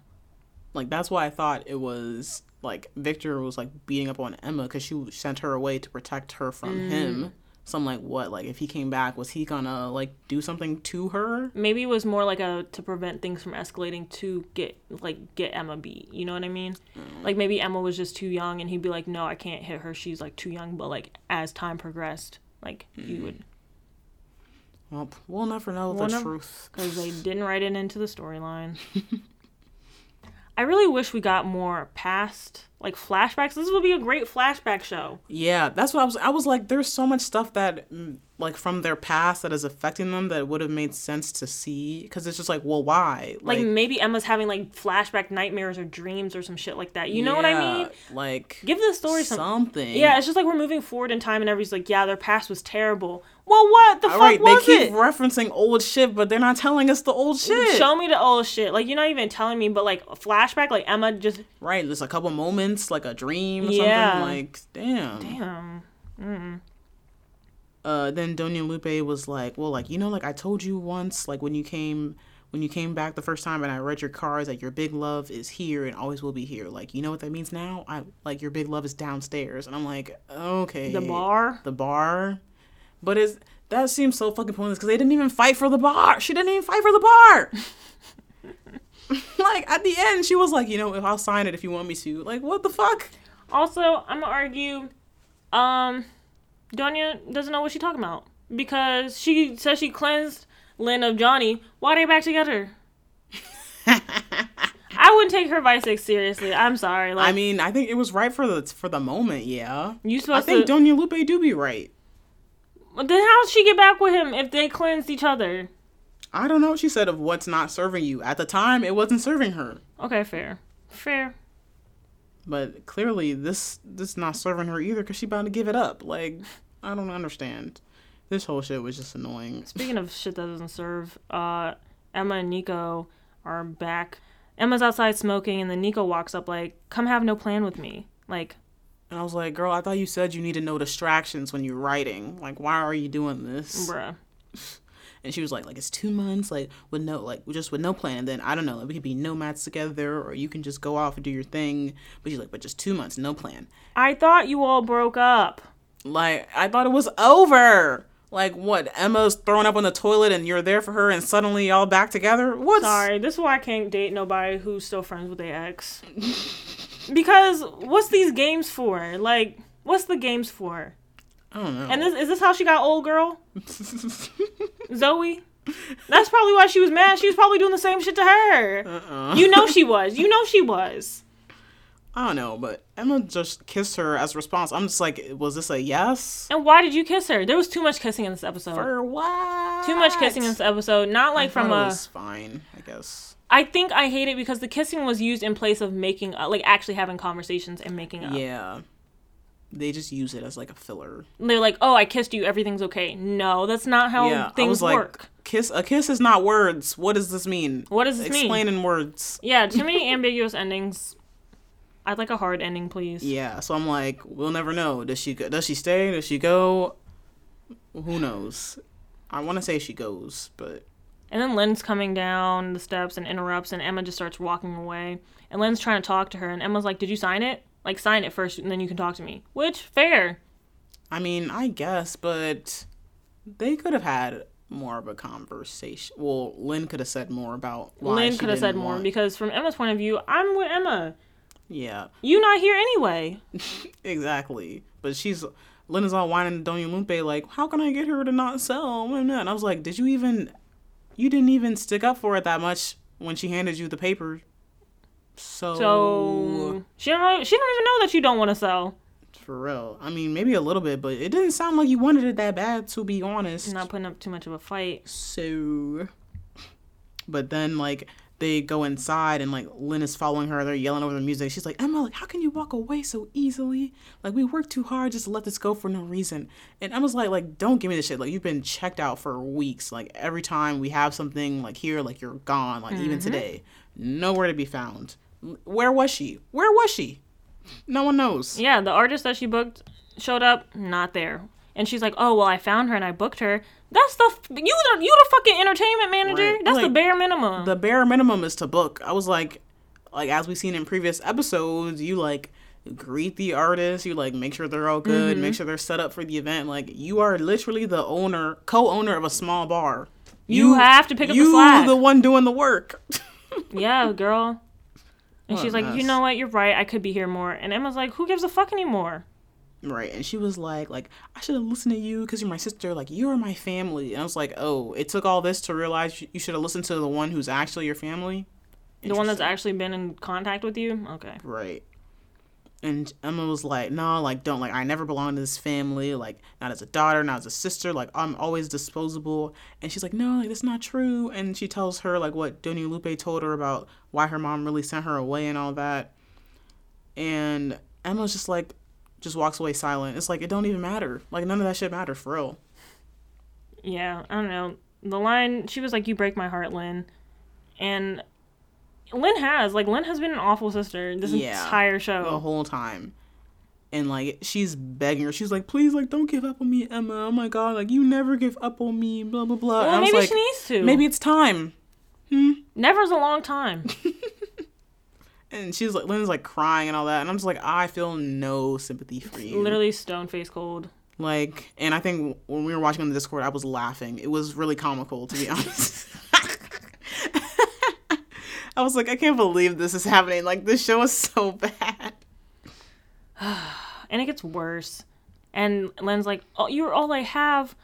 Like that's why I thought it was like Victor was like beating up on Emma because she sent her away to protect her from Mm. him. So I'm like, what? Like if he came back, was he gonna like do something to her? maybe it was more like a to prevent things from escalating to get like get Emma beat. You know what I mean? Like maybe Emma was just too young and he'd be like, "No, I can't hit her. She's like too young." But like as time progressed, like you would Well, p- we'll never know We'll the never- truth. because they didn't write it into the storyline. I really wish we got more past like flashbacks. This would be a great flashback show. Yeah, that's what I was. I was like, there's so much stuff that, mm, like, from their past that is affecting them that would have made sense to see. Because it's just like, well, why? Like, maybe Emma's having like flashback nightmares or dreams or some shit like that. You know what I mean? mean? Like, Give the story some something. Yeah, it's just like we're moving forward in time, and everybody's like, "Yeah, their past was terrible." Well, what the All fuck right, they was keep it? referencing old shit, but they're not telling us the old shit. Show me the old shit. Like you're not even telling me, but like a flashback, like Emma just right, there's a couple moments, like a dream or Yeah. something. Like, damn. um, Uh, then Donia Lupe was like, well, like you know, like I told you once, like when you came. When you came back the first time and I read your cards, like your big love is here and always will be here. Like you know what that means now? I like your big love is downstairs, and I'm like, okay. the bar. the bar. But it's that seems so fucking pointless because they didn't even fight for the bar. She didn't even fight for (laughs) the bar. (laughs) like at the end, she was like, you know, if I'll sign it if you want me to. Like, what the fuck? Also, I'm gonna argue, um, Donya doesn't know what she's talking about because she says she cleansed Lynn of Johnny. Why are they back together? (laughs) I wouldn't take her advice like, seriously. I'm sorry. Like I mean, I think it was right for the for the moment. Yeah, you I supposed think to. Donia Lupe do be right. But then how'd she get back with him if they cleansed each other? I don't know. She said of what's not serving you at the time, it wasn't serving her. Okay, fair, fair. But clearly, this this not serving her either because she about to give it up. Like, I don't understand. This whole shit was just annoying. Speaking of shit that doesn't serve, uh, Emma and Nico are back. Emma's outside smoking, and then Nico walks up like, "Come have no plan with me." Like, And I was like, girl, I thought you said you need to know distractions when you're writing. Like, why are you doing this? bruh. And she was like, like it's two months, like with no, like just with no plan. And then I don't know, like, we could be nomads together, or you can just go off and do your thing. But she's like, but just two months, no plan. I thought you all broke up. Like, I thought it was over. Like, what? Emma's thrown up on the toilet, and you're there for her, and suddenly y'all back together. What? Sorry, this is why I can't date nobody who's still friends with their (laughs) ex. because what's these games for? Like, what's the games for? I don't know. And this is this how she got old, girl? Zoe. That's probably why she was mad. She was probably doing the same shit to her. Uh-uh. You know she was. You know she was. (laughs) I don't know, but Emma just kissed her as a response. I'm just like, was this a yes? And why did you kiss her? There was too much kissing in this episode. Or what? Too much kissing in this episode. Not like from Thought a. it was fine, I guess. I think I hate it because the kissing was used in place of making, uh, like actually having conversations and making up. Yeah. they just use it as like a filler. And they're like, "Oh, I kissed you. Everything's okay." No, that's not how yeah, I things was like, work. kiss a kiss is not words. What does this mean? What does this mean? Explain in words. Yeah, too many ambiguous endings. I'd like a hard ending, please. Yeah, so I'm like, we'll never know. Does she go, does she stay? Does she go? Who knows? I want to say she goes, but And then Lynn's coming down the steps and interrupts, and Emma just starts walking away. And Lynn's trying to talk to her, and Emma's like, "Did you sign it? Like, sign it first, and then you can talk to me." Which fair. I mean, I guess, but they could have had more of a conversation. Well, Lynn could have said more about why Lynn she could have said didn't more want- because, from Emma's point of view, I'm with Emma. yeah, You not here anyway. exactly. But she's Lynn is all whining to Doña Lupe like, how can I get her to not sell? And I was like, did you even? You didn't even stick up for it that much when she handed you the paper. So, So she don't. She don't even know that you don't want to sell. for real, I mean, maybe a little bit, but it didn't sound like you wanted it that bad. To be honest, Not putting up too much of a fight. so but then like they go inside and like lynn is following her they're yelling over the music she's like emma like how can you walk away so easily like we worked too hard just to let this go for no reason and emma's like like don't give me this shit like you've been checked out for weeks like every time we have something like here like you're gone like even today nowhere to be found L- where was she where was she no one knows Yeah, the artist that she booked showed up, not there. And she's like, "Oh well, I found her and I booked her." That's the f- you the you the fucking entertainment manager. Right. That's the Like, bare minimum. the bare minimum is to book. I was like, like as we've seen in previous episodes, you like greet the artist, you like make sure they're all Mm-hmm. good, make sure they're set up for the event. Like you are literally the owner, co-owner of a small bar. You have to pick up the you slack. the one doing the work. (laughs) yeah, girl. And she's a like, "You mess. know what? You're right. I could be here more." And Emma's like, "Who gives a fuck anymore?" Right. And she was like, like, I should have listened to you because you're my sister. Like, you're my family. And I was like, oh, it took all this to realize you- you should have listened to the one who's actually your family. The one that's Interesting. actually been in contact with you. Okay. Right. And Emma was like, no, like, don't, like, I never belong to this family, like, not as a daughter, not as a sister, like, I'm always disposable. And she's like, no, like, that's not true. And she tells her, like, what Doni Lupe told her about why her mom really sent her away and all that. And Emma's just like, just walks away silent. It's like, it don't even matter. Like, none of that shit matter for real. Yeah, I don't know. The line she was like, "You break my heart, Lynn," and Lynn has like Lynn has been an awful sister this Yeah. entire show. the whole time. And like she's begging her, she's like, "Please, like, don't give up on me, Emma. Oh my god, like, you never give up on me." Blah blah well, blah. And I was maybe like, she needs to. Maybe it's time. never's a long time. And she's like, Lynn's like crying and all that. And I'm just like, I feel no sympathy for you. Literally stone face cold. Like, and I think when we were watching on the Discord, I was laughing. It was really comical, to be honest. (laughs) I was like, I can't believe this is happening. Like, this show is so bad. and it gets worse. And Len's like, "Oh, you're all I have."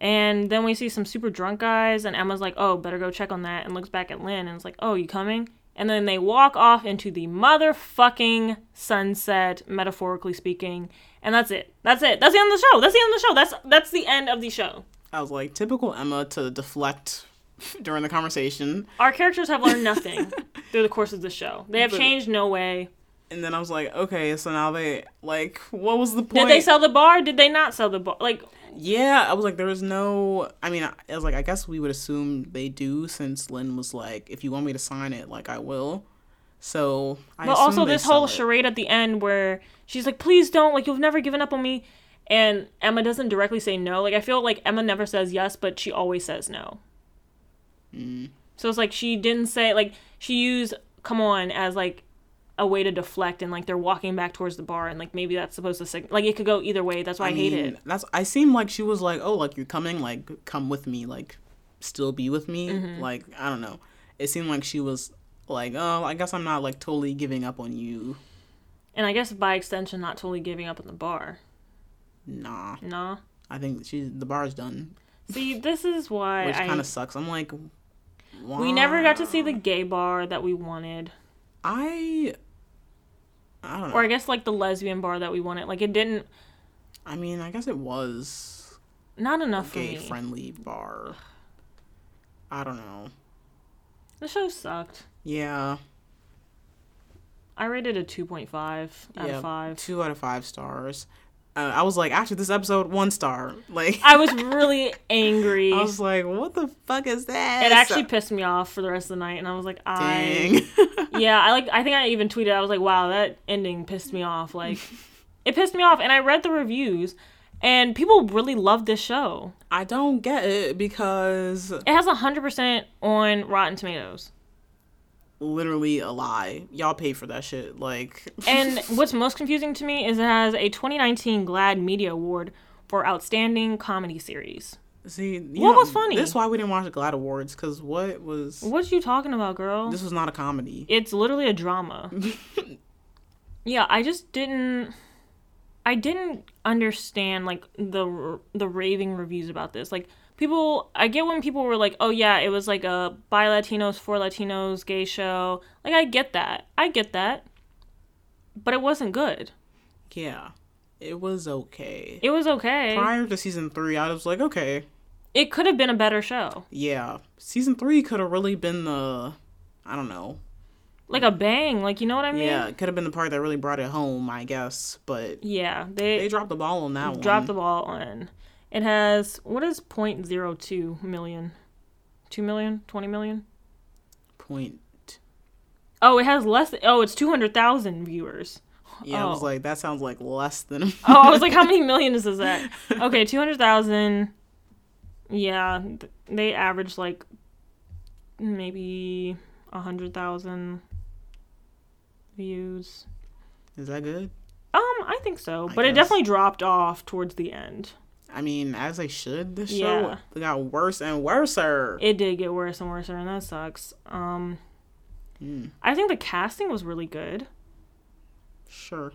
And then we see some super drunk guys, and Emma's like, "Oh, better go check on that," and looks back at Lynn and is like, "Oh, you coming?" And then they walk off into the motherfucking sunset, metaphorically speaking. And that's it. That's it. That's the end of the show. That's the end of the show. That's that's the end of the show. I was like, typical Emma to deflect (laughs) during the conversation. Our characters have learned nothing through the course of the show. They have changed no way. And then I was like, okay, so now they like, what was the point? Did they sell the bar? Did they not sell the bar? Like, Yeah, I was like, there was no. I mean, I, I was like, I guess we would assume they do, since Lynn was like, if you want me to sign it, like I will. So, I But assume also they this whole sell it. charade at the end where she's like, "Please don't, like you've never given up on me," and Emma doesn't directly say no. Like I feel like Emma never says yes, but she always says no. Mm. So it's like she didn't say like she used "come on" as like a way to deflect, and like they're walking back towards the bar, and like maybe that's supposed to sig- like it could go either way. That's why I, hate mean, it. That's I seemed like she was like, oh, like you're coming, like come with me, like still be with me, Mm-hmm. like I don't know. It seemed like she was like, oh, I guess I'm not like totally giving up on you. And I guess by extension, not totally giving up on the bar. Nah, Nah. I think she the bar's done, See, this is why which I kind of sucks. I'm like, we never got to see the gay bar that we wanted. I I don't know. or I guess like the lesbian bar that we wanted. Like it didn't I mean, I guess it was not enough for me. gay friendly bar. I don't know. The show sucked. Yeah. I rated a two point five out yeah, of five. Two out of five stars. Uh, I was like, after this episode, one star. (laughs) Like, I was really angry. (laughs) I was like, what the fuck is that? it actually pissed me off for the rest of the night, and I was like, I (laughs) Dang. yeah, I like. I think I even tweeted. I was like, wow, that ending pissed me off. (laughs) Like, it pissed me off, and I read the reviews, and people really loved this show. (laughs) I don't get it because It has hundred percent on Rotten Tomatoes. literally a lie. Y'all pay for that shit. Like, And what's most confusing to me is it has a 2019 GLAAD Media Award for Outstanding Comedy Series. see, you What was funny? This is why we didn't watch the Glad Awards because what was What are you talking about, girl? this was not a comedy. it's literally a drama. yeah, I just didn't I didn't understand like the r- the raving reviews about this. Like people I get when people were like, "Oh yeah, it was like a bi Latinos for Latinos gay show." Like I get that. I get that. But it wasn't good. yeah, it was okay. It was okay. Prior to season three, I was like, okay, It could have been a better show. yeah. Season three could have really been the, I don't know. Like a bang, like you know what I mean? Yeah, it could have been the part that really brought it home, I guess. But Yeah, they, they dropped the ball on that one. Drop the ball on. It has what is 0.02 million? 2 million? 20 million? point. Oh, it has less oh, it's 200,000 viewers. (laughs) Yeah, I was Oh. like, that sounds like less than. Oh, I was like how many million is that? Okay, 200,000. Yeah, th- they average like maybe 100,000 views. Is that good? Um, I think so, but it guess. definitely dropped off towards the end. I mean, as they should. This show Yeah. it got worse and worser. it did get worse and worse, and that sucks. Um, Hmm. I think the casting was really good. Sure,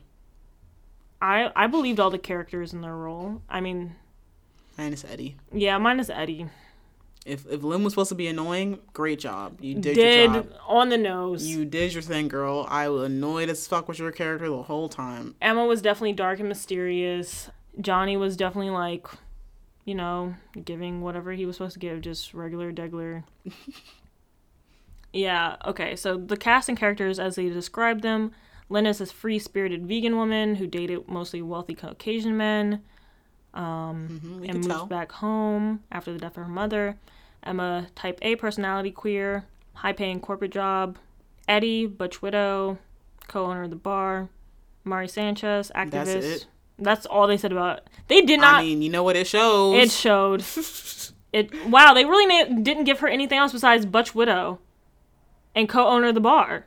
I I believed all the characters in their role. I mean, and it's Eddie. yeah, minus Eddie If if Lynn was supposed to be annoying, great job. You did, did, your job. on the nose. You did your thing, girl. I was annoyed as fuck with your character the whole time. Emma was definitely dark and mysterious. Johnny was definitely like, you know, giving whatever he was supposed to give, just regular (laughs) degler. yeah, okay, so the cast and characters as they described them Lynn is this free spirited vegan woman who dated mostly wealthy Caucasian men We and can moves tell. back home after the death of her mother. Emma, type A personality queer, high paying corporate job. Eddie, butch widow, co owner of the bar. Mari Sanchez, activist. That's That's, it. all they said about it. They did not. I mean, you know what it shows. it (laughs) showed. it wow. They really na- didn't give her anything else besides butch widow, and co-owner of the bar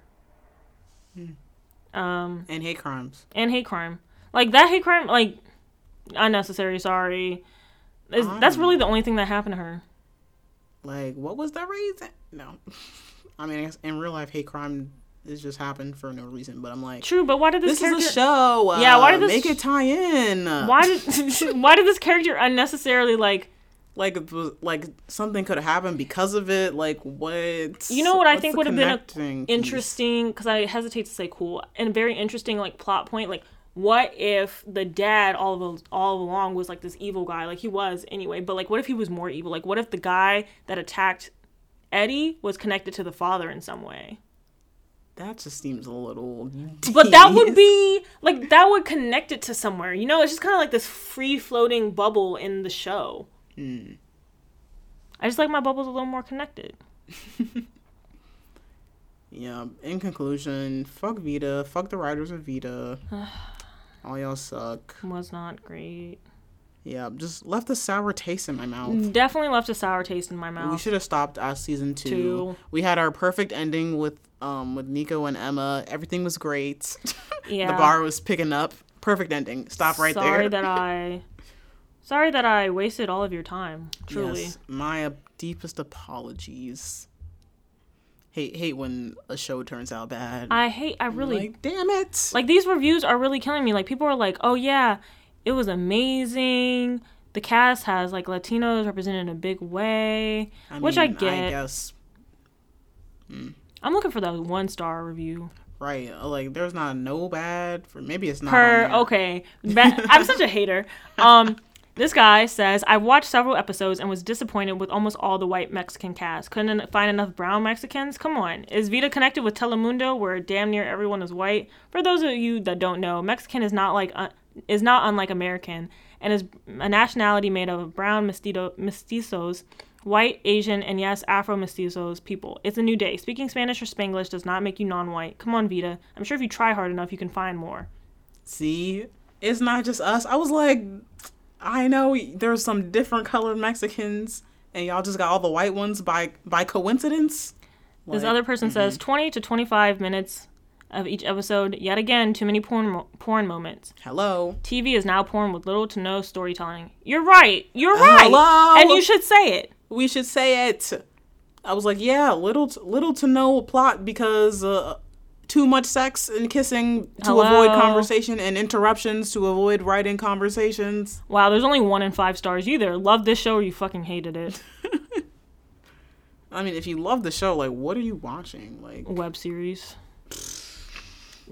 and hate crimes. and hate crime. Like that hate crime, like unnecessary. Sorry, Is- that's really the only thing that happened to her. Like, what was the reason? No, (laughs) I mean, I guess in real life, hate crime this just happened for no reason. But I'm like, True, but why did this, this character? is a show. Uh, Yeah, why did this- make it tie in? Why did (laughs) why did this character unnecessarily like? like it was- like something could have happened because of it. Like what? You know what I think would have been a interesting because I hesitate to say cool and a very interesting like plot point. Like, what if the dad all of all along was like this evil guy? Like he was anyway, but like what if he was more evil? Like what if the guy that attacked Eddie was connected to the father in some way? That just seems a little. But that would deep. be like that would connect it to somewhere. You know, it's just kind of like this free floating bubble in the show. I just like my bubbles a little more connected. Yeah. In conclusion, fuck Vita. Fuck the writers of (sighs) Vita. All y'all suck. Was not great. Yeah, just left a sour taste in my mouth. Definitely left a sour taste in my We mouth. should have stopped at season two. Two. We had our perfect ending with um with Nico and Emma. Everything was great. (laughs) yeah. the bar was picking up. Perfect ending. Stop right there. sorry that I. Sorry that I wasted all of your time. Truly. Yes, my ap- deepest apologies. Hate hate when a show turns out bad. I hate. I really like, damn it. like these reviews are really killing me. Like people are like, "Oh yeah, it was amazing. The cast has like Latinos represented in a big way," which I mean, get. I guess I'm looking for that one star review. right. Like there's not no bad for maybe it's not. Per on there. okay, Ba- I'm such a hater. Um, this guy says I've watched several episodes and was disappointed with almost all the white Mexican cast. Couldn't en- find enough brown Mexicans. Come on, is Vita connected with Telemundo, where damn near everyone is white? For those of you that don't know, Mexican is not like uh, is not unlike American and is a nationality made of brown mestizo, mestizos, white, Asian, and yes, Afro mestizos people. It's a new day. Speaking Spanish or Spanglish does not make you non-white. Come on, Vita. I'm sure if you try hard enough, you can find more. See, it's not just us. I was like, I know there's some different colored Mexicans, and y'all just got all the white ones by by coincidence. This other mm-hmm. person says 20 to 25 minutes of each episode. Yet again, too many porn mo- porn moments. Hello. TV is now porn with little to no storytelling. You're right. You're right. Oh, Hello? And you should say it. we should say it. I was like, yeah, little t- little to no plot because uh, too much sex and kissing to Hello? avoid conversation and interruptions to avoid writing conversations. Wow, there's only one in five stars. You either love this show or you fucking hated (laughs) it. I mean, if you love the show, like, what are you watching? Like, Web series.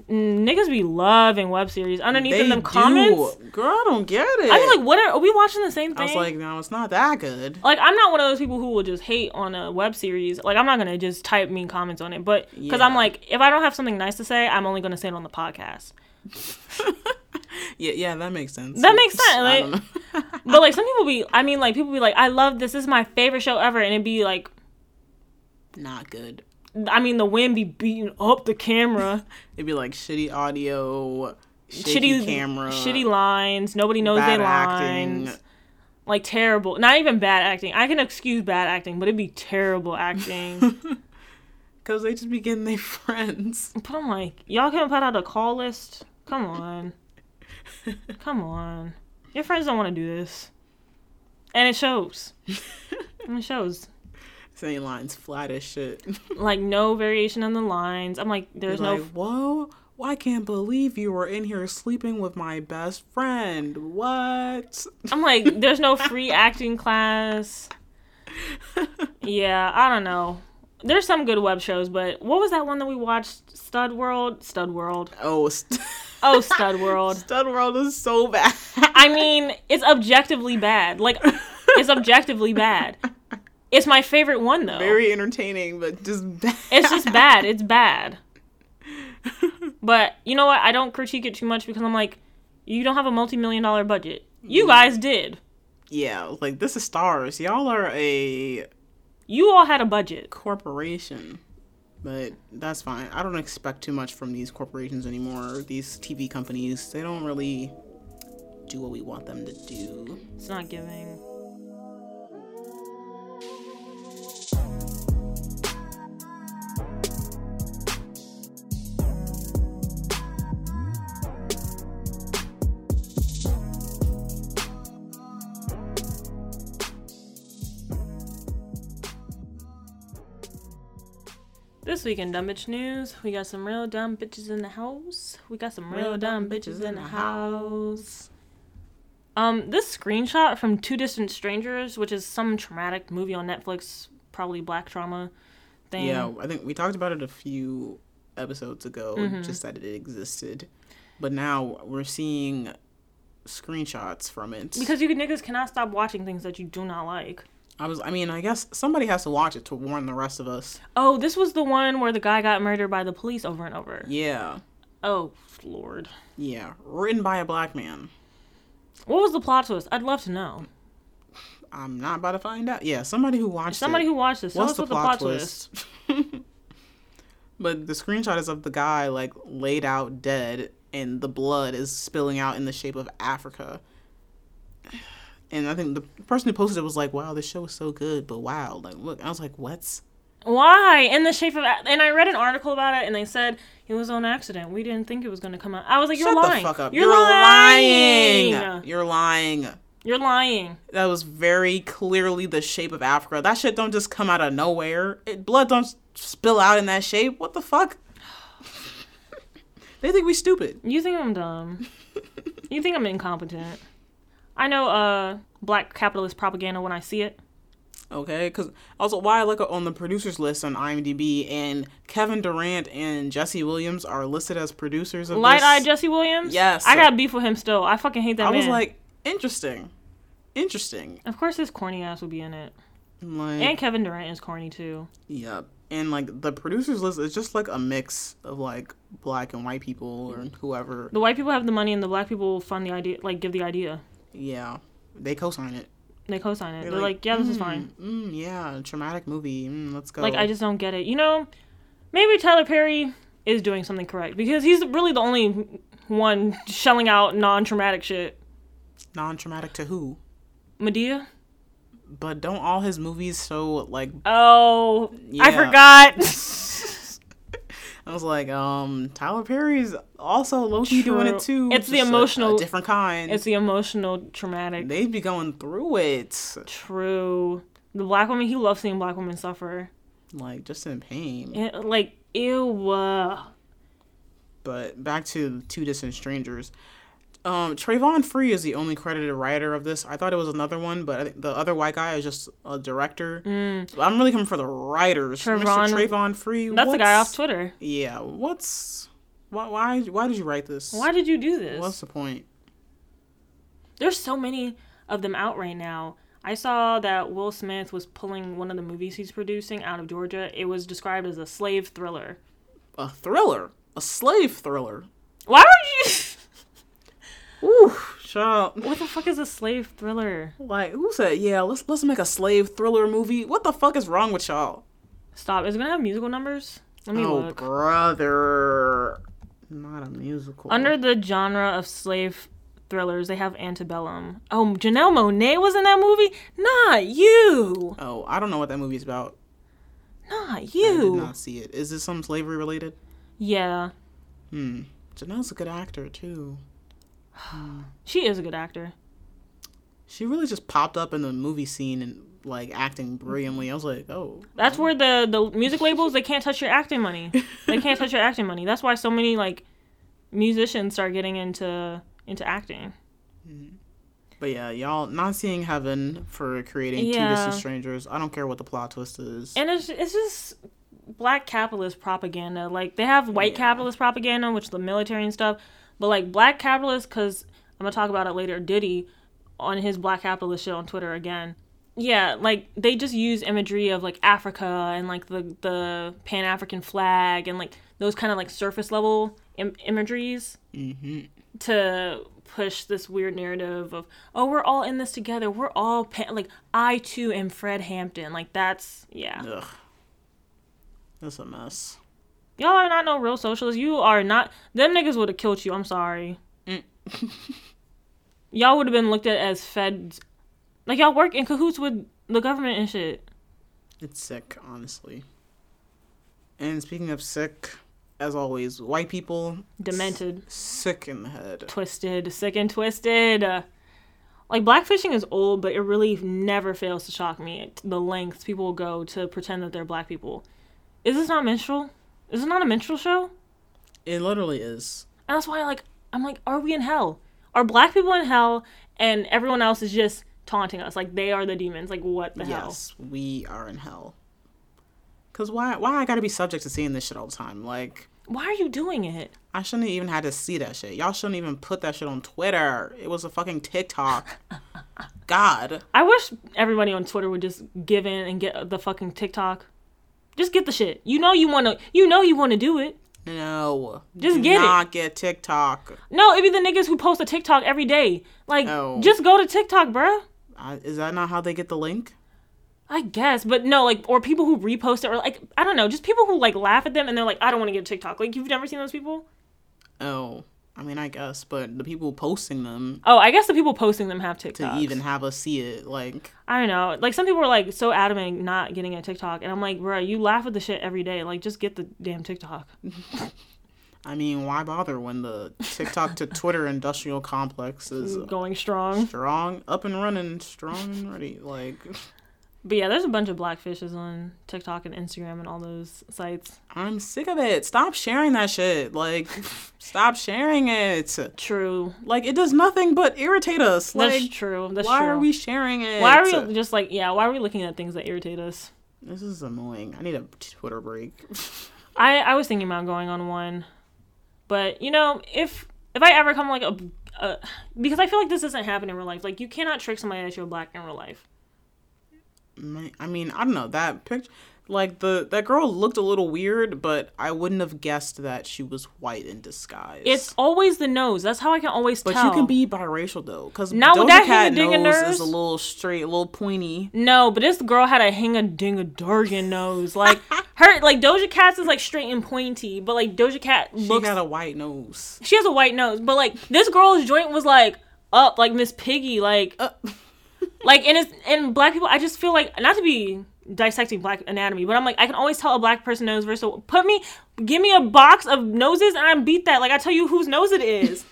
Mm, Niggas be loving web series. Underneath in them do. comments. girl, I don't get it. I mean, like, what are, are we watching the same thing? I was like, no, it's not that good. like I'm not one of those people who will just hate on a web series. Like I'm not gonna just type mean comments on it, but because I'm Yeah. like, if I don't have something nice to say, I'm only gonna say it on the podcast. Yeah, yeah, that makes sense. That makes sense, I don't like- know. (laughs) But like some people be, I mean, like people be like, I love this. This is my favorite show ever, and it'd be like, not good. I mean, the wind be beating up the camera, It'd be like shitty audio, (laughs) shaky shitty camera, shitty lines. Nobody knows bad their acting. lines. Like terrible, not even bad acting. I can excuse bad acting, but it'd be terrible acting. Because they just be getting their (laughs) friends. but I'm like, y'all can't put out a call list. Come on. Come on. Your friends don't want to do this. And it shows. And it shows. Saying lines flat as shit. (laughs) Like, no variation in the lines. I'm like, there's no. like, whoa, well, I can't believe you were in here sleeping with my best friend. What? I'm like, there's no free acting class. Yeah, I don't know. There's some good web shows, but what was that one that we watched? Stud World? Stud World. Oh, (laughs) st- Oh, Stud World. (laughs) Stud World is so bad. (laughs) I mean, it's objectively bad. Like, (laughs) it's objectively bad. It's my favorite one, though. Very entertaining, but just (laughs) bad. It's just bad. It's bad. But you know what? I don't critique it too much because I'm like, you don't have a multi million dollar budget. You guys did. yeah, like this is stars. Y'all are a You all had a budget. corporation. But that's fine. I don't expect too much from these corporations anymore. These TV companies, they don't really do what we want them to do. It's not giving. This week in Dumb Bitch News, we got some real dumb bitches in the house. We got some real, dumb bitches in the house. Um, this screenshot from Two Distant Strangers, which is some traumatic movie on Netflix, probably black trauma thing. Yeah, I think we talked about it a few episodes ago, Mm-hmm. just that it existed. But now we're seeing screenshots from it. Because you niggas cannot stop watching things that you do not like. I was I mean, I guess somebody has to watch it to warn the rest of us. Oh, this was the one where the guy got murdered by the police over and over. Yeah. Oh, Lord. Yeah. Written by a black man. What was the plot twist? I'd love to know. I'm not about to find out. Yeah, somebody who watched Somebody it. who watched this, tell us What's what the plot twist. (laughs) but the screenshot is of the guy like laid out dead and the blood is spilling out in the shape of Africa. And I think the person who posted it was like, "Wow, this show is so good, but wow, like look." I was like, "What?" Why? In the shape of. And I read an article about it and they said it was on accident. We didn't think it was going to come out. I was like, you're Shut lying. the fuck up. You're, lying. You're lying. You're lying. That was very clearly the shape of Africa. That shit don't just come out of nowhere. It, blood don't s- spill out in that shape. What the fuck? (sighs) they think we stupid. You think I'm (laughs) dumb. you think I'm incompetent. I know uh black capitalist propaganda when I see it. Okay, because also why I look on the producers list on IMDb and Kevin Durant and Jesse Williams are listed as producers of Light this. eyed Jesse Williams? Yes. I got beef with him still. I fucking hate that I man. was like, interesting, interesting. Of course his corny ass will be in it. And like, And Kevin Durant is corny too. yep. And like the producers list is just like a mix of like black and white people or whoever. The white people have the money, and the black people fund the idea, like give the idea. Yeah, they co-sign it. They co-sign it. They're, like, like, yeah, this is fine. Mm, yeah, traumatic movie. Mm, let's go. Like I just don't get it. You know, maybe Tyler Perry is doing something correct because he's really the only one shelling out non-traumatic shit. non-traumatic to who? Medea. But don't all his movies so like? Oh, I Yeah. forgot. (laughs) I was like, um, Tyler Perry's also low key doing True. it too. It's the just a- a emotional- different kind. it's the emotional traumatic. they be going through it, True. The black woman. He loves seeing black women suffer. like just in pain. Yeah, like ew. uh, But back to Two Distant Strangers. Um, Trayvon Free is the only credited writer of this. I thought it was another one, but I think the other white guy is just a director. But I'm really coming for the writers. Mm. Trayvon- Mr. Trayvon Free. That's the guy what's- off Twitter. Yeah. What's why? Why? Why did you write this? Why did you do this? What's the point? There's so many of them out right now. I saw that Will Smith was pulling one of the movies he's producing out of Georgia. It was described as a slave thriller. A thriller. A slave thriller. Why would you? (laughs) Ooh, child. What the fuck is a slave thriller? Like who said? Yeah, let's let's make a slave thriller movie. What the fuck is wrong with y'all? Stop. Is it gonna have musical numbers? Let me Oh, look. brother. Not a musical. Under the genre of slave thrillers, they have Antebellum. Oh, Janelle Monet was in that movie? Not you. Oh, I don't know what that movie's about. Not I did you. not see it. Is this some slavery related? Yeah. Hmm. Janelle's a good actor too. She is a good actor. She really just popped up in the movie scene and like acting brilliantly. I was like, oh, That's where the the music labels they can't touch your acting money. They can't touch your acting money. That's why so many like musicians start getting into into acting. But yeah, y'all not seeing heaven for creating two Yeah. distant strangers. I don't care what the plot twist is. And it's it's just black capitalist propaganda. Like they have white capitalist propaganda, which the military and stuff. But like black capitalist, because I'm gonna talk about it later. Diddy on his black capitalist shit on Twitter again. Yeah, like they just use imagery of like Africa and like the the Pan African flag and like those kind of like surface level Im- imageries to push this weird narrative of oh we're all in this together we're all pan- like I too am Fred Hampton like that's yeah Ugh, that's a mess. Y'all are not no real socialists. You are not. Them niggas would have killed you. I'm sorry. (laughs) y'all would have been looked at as feds. Like y'all work in cahoots with the government and shit. It's sick, honestly. And speaking of sick, as always, white people Demented, sick in the head. twisted, sick and twisted. Uh, like blackfishing is old, but it really never fails to shock me. at The lengths people will go to pretend that they're black people. Is this not minstrel? Is this not a minstrel show? It literally is. And that's why like I'm like, are we in hell? Are black people in hell and everyone else is just taunting us? Like they are the demons. Like what the hell? Yes, we are in hell. Cause why? Why I gotta be subject to seeing this shit all the time? Like Why are you doing it? I shouldn't even had to see that shit. Y'all shouldn't even put that shit on Twitter. It was a (laughs) fucking TikTok. God. I wish everybody on Twitter would just give in and get the fucking TikTok. Just get the shit. You know you wanna you know you wanna do it. No. Just Do get it. not get TikTok. No, it'd be the niggas who post a TikTok every day. Like Oh. just go to TikTok, bruh. I, is that not how they get the link? I guess, but no, like, or people who repost it, or like, I don't know, just people who like laugh at them and they're like, I don't want to get a TikTok. Like, you've never seen those people? Oh, I mean, I guess, but the people posting them Oh, I guess the people posting them have to TikTok. even have us see it, like, I don't know. Like some people were like so adamant not getting a TikTok, and I'm like, bro, you laugh at the shit every day. Like just get the damn TikTok. I mean, why bother when the (laughs) TikTok to Twitter industrial complex is Going strong. strong, up and running, strong and ready? Like, But yeah, there's a bunch of blackfishes on TikTok and Instagram and all those sites. I'm sick of it. Stop sharing that shit. Like, stop sharing it. True. Like, it does nothing but irritate us. Like, That's true. That's why true. are we sharing it? why are we just like yeah? Why are we looking at things that irritate us? This is annoying. I need a Twitter break. I I was thinking about going on one, but you know if if I ever come like a, a because I feel like this doesn't happen in real life. Like you cannot trick somebody that you're black in real life. My- I mean, I don't know that picture. Like the that girl looked a little weird, but I wouldn't have guessed that she was white in disguise. It's always the nose. That's how I can always but tell. you can be biracial though, because Not with Doja that Cat hanging nose nurse. is a little straight, a little pointy. No, but this girl had a hang a ding a durgan nose. (laughs) Like her like Doja Cat's is like straight and pointy, but like Doja Cat She looks had a white nose. she has a white nose, but like this girl's joint was like up like Miss Piggy, like like and it's and black people. I just feel like not to be dissecting black anatomy, but I'm like I can always tell a black person nose versus a- put me give me a box of noses and I beat that. Like I tell you whose nose it is.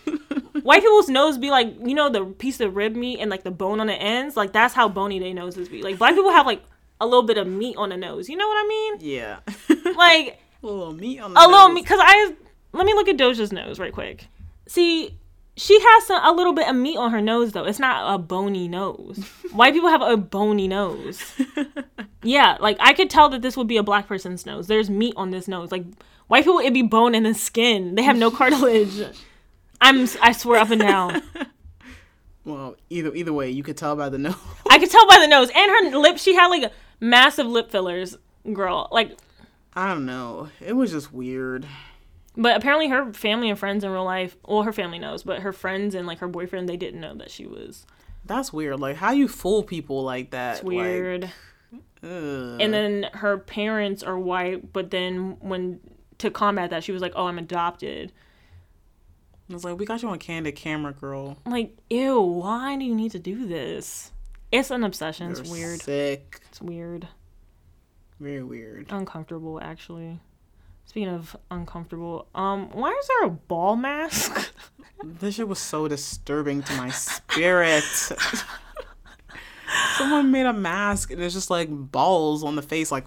White people's nose be like you know the piece of rib meat and like the bone on the ends. Like that's how bony they noses be. Like black people have like a little bit of meat on the nose. You know what I mean? Yeah, (laughs) Like a little meat on the a little nose. because I let me look at Doja's nose right quick. See, she has some, a little bit of meat on her nose though. It's not a bony nose. White people have a bony nose. (laughs) yeah, like I could tell that this would be a black person's nose. There's meat on this nose. Like white people, it'd be bone and then skin. They have no cartilage. I'm I swear up and down. Well, either either way, you could tell by the nose. (laughs) I could tell by the nose and her lips. She had like massive lip fillers, girl. Like I don't know. It was just weird. But apparently, her family and friends in real life, well, her family knows, but her friends and like her boyfriend, they didn't know that she was That's weird. Like how you fool people like uh, that. It's weird. and then her parents are white, but then when to combat that, she was like, "Oh, I'm adopted." I was like, we got you on candid camera, girl. I'm like, ew, why do you need to do this? It's an obsession. It's You're weird. Sick. It's weird. Very weird. Uncomfortable, actually. Speaking of uncomfortable, um, why is there a ball mask? (laughs) This shit was so disturbing to my spirit. Someone made a mask and it's just like balls on the face, like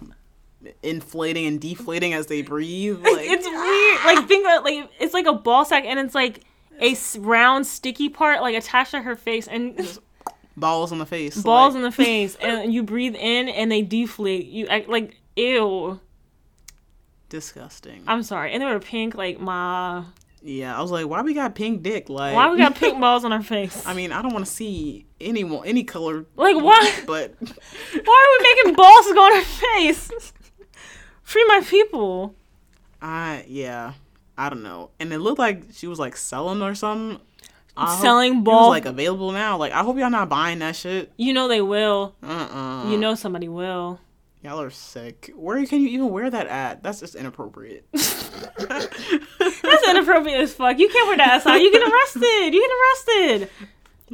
inflating and deflating as (laughs) they breathe. Like it's weird. Like think about like it's like a ball sack, and it's like a s- round sticky part like attached to her face, and balls on the face. (laughs) balls like, in the face, and you breathe in, and they deflate. You act like ew. disgusting. I'm sorry. And they were pink, like my. yeah, I was like, why we got pink dick? Like Why we got (laughs) pink balls on our face? I mean, I don't want to see anyone any color, Like why? but Why are we making balls go on our face? (laughs) Free my people. I yeah, I don't know. And it looked like she was like selling or something. I hope- Selling it was, ball- like available now. Like I hope y'all not buying that shit. You know they will. Uh uh You know somebody will. Y'all are sick. Where can you even wear that at? That's just inappropriate. (laughs) That's inappropriate as fuck. You can't wear that outside. You get (laughs) arrested. You get arrested.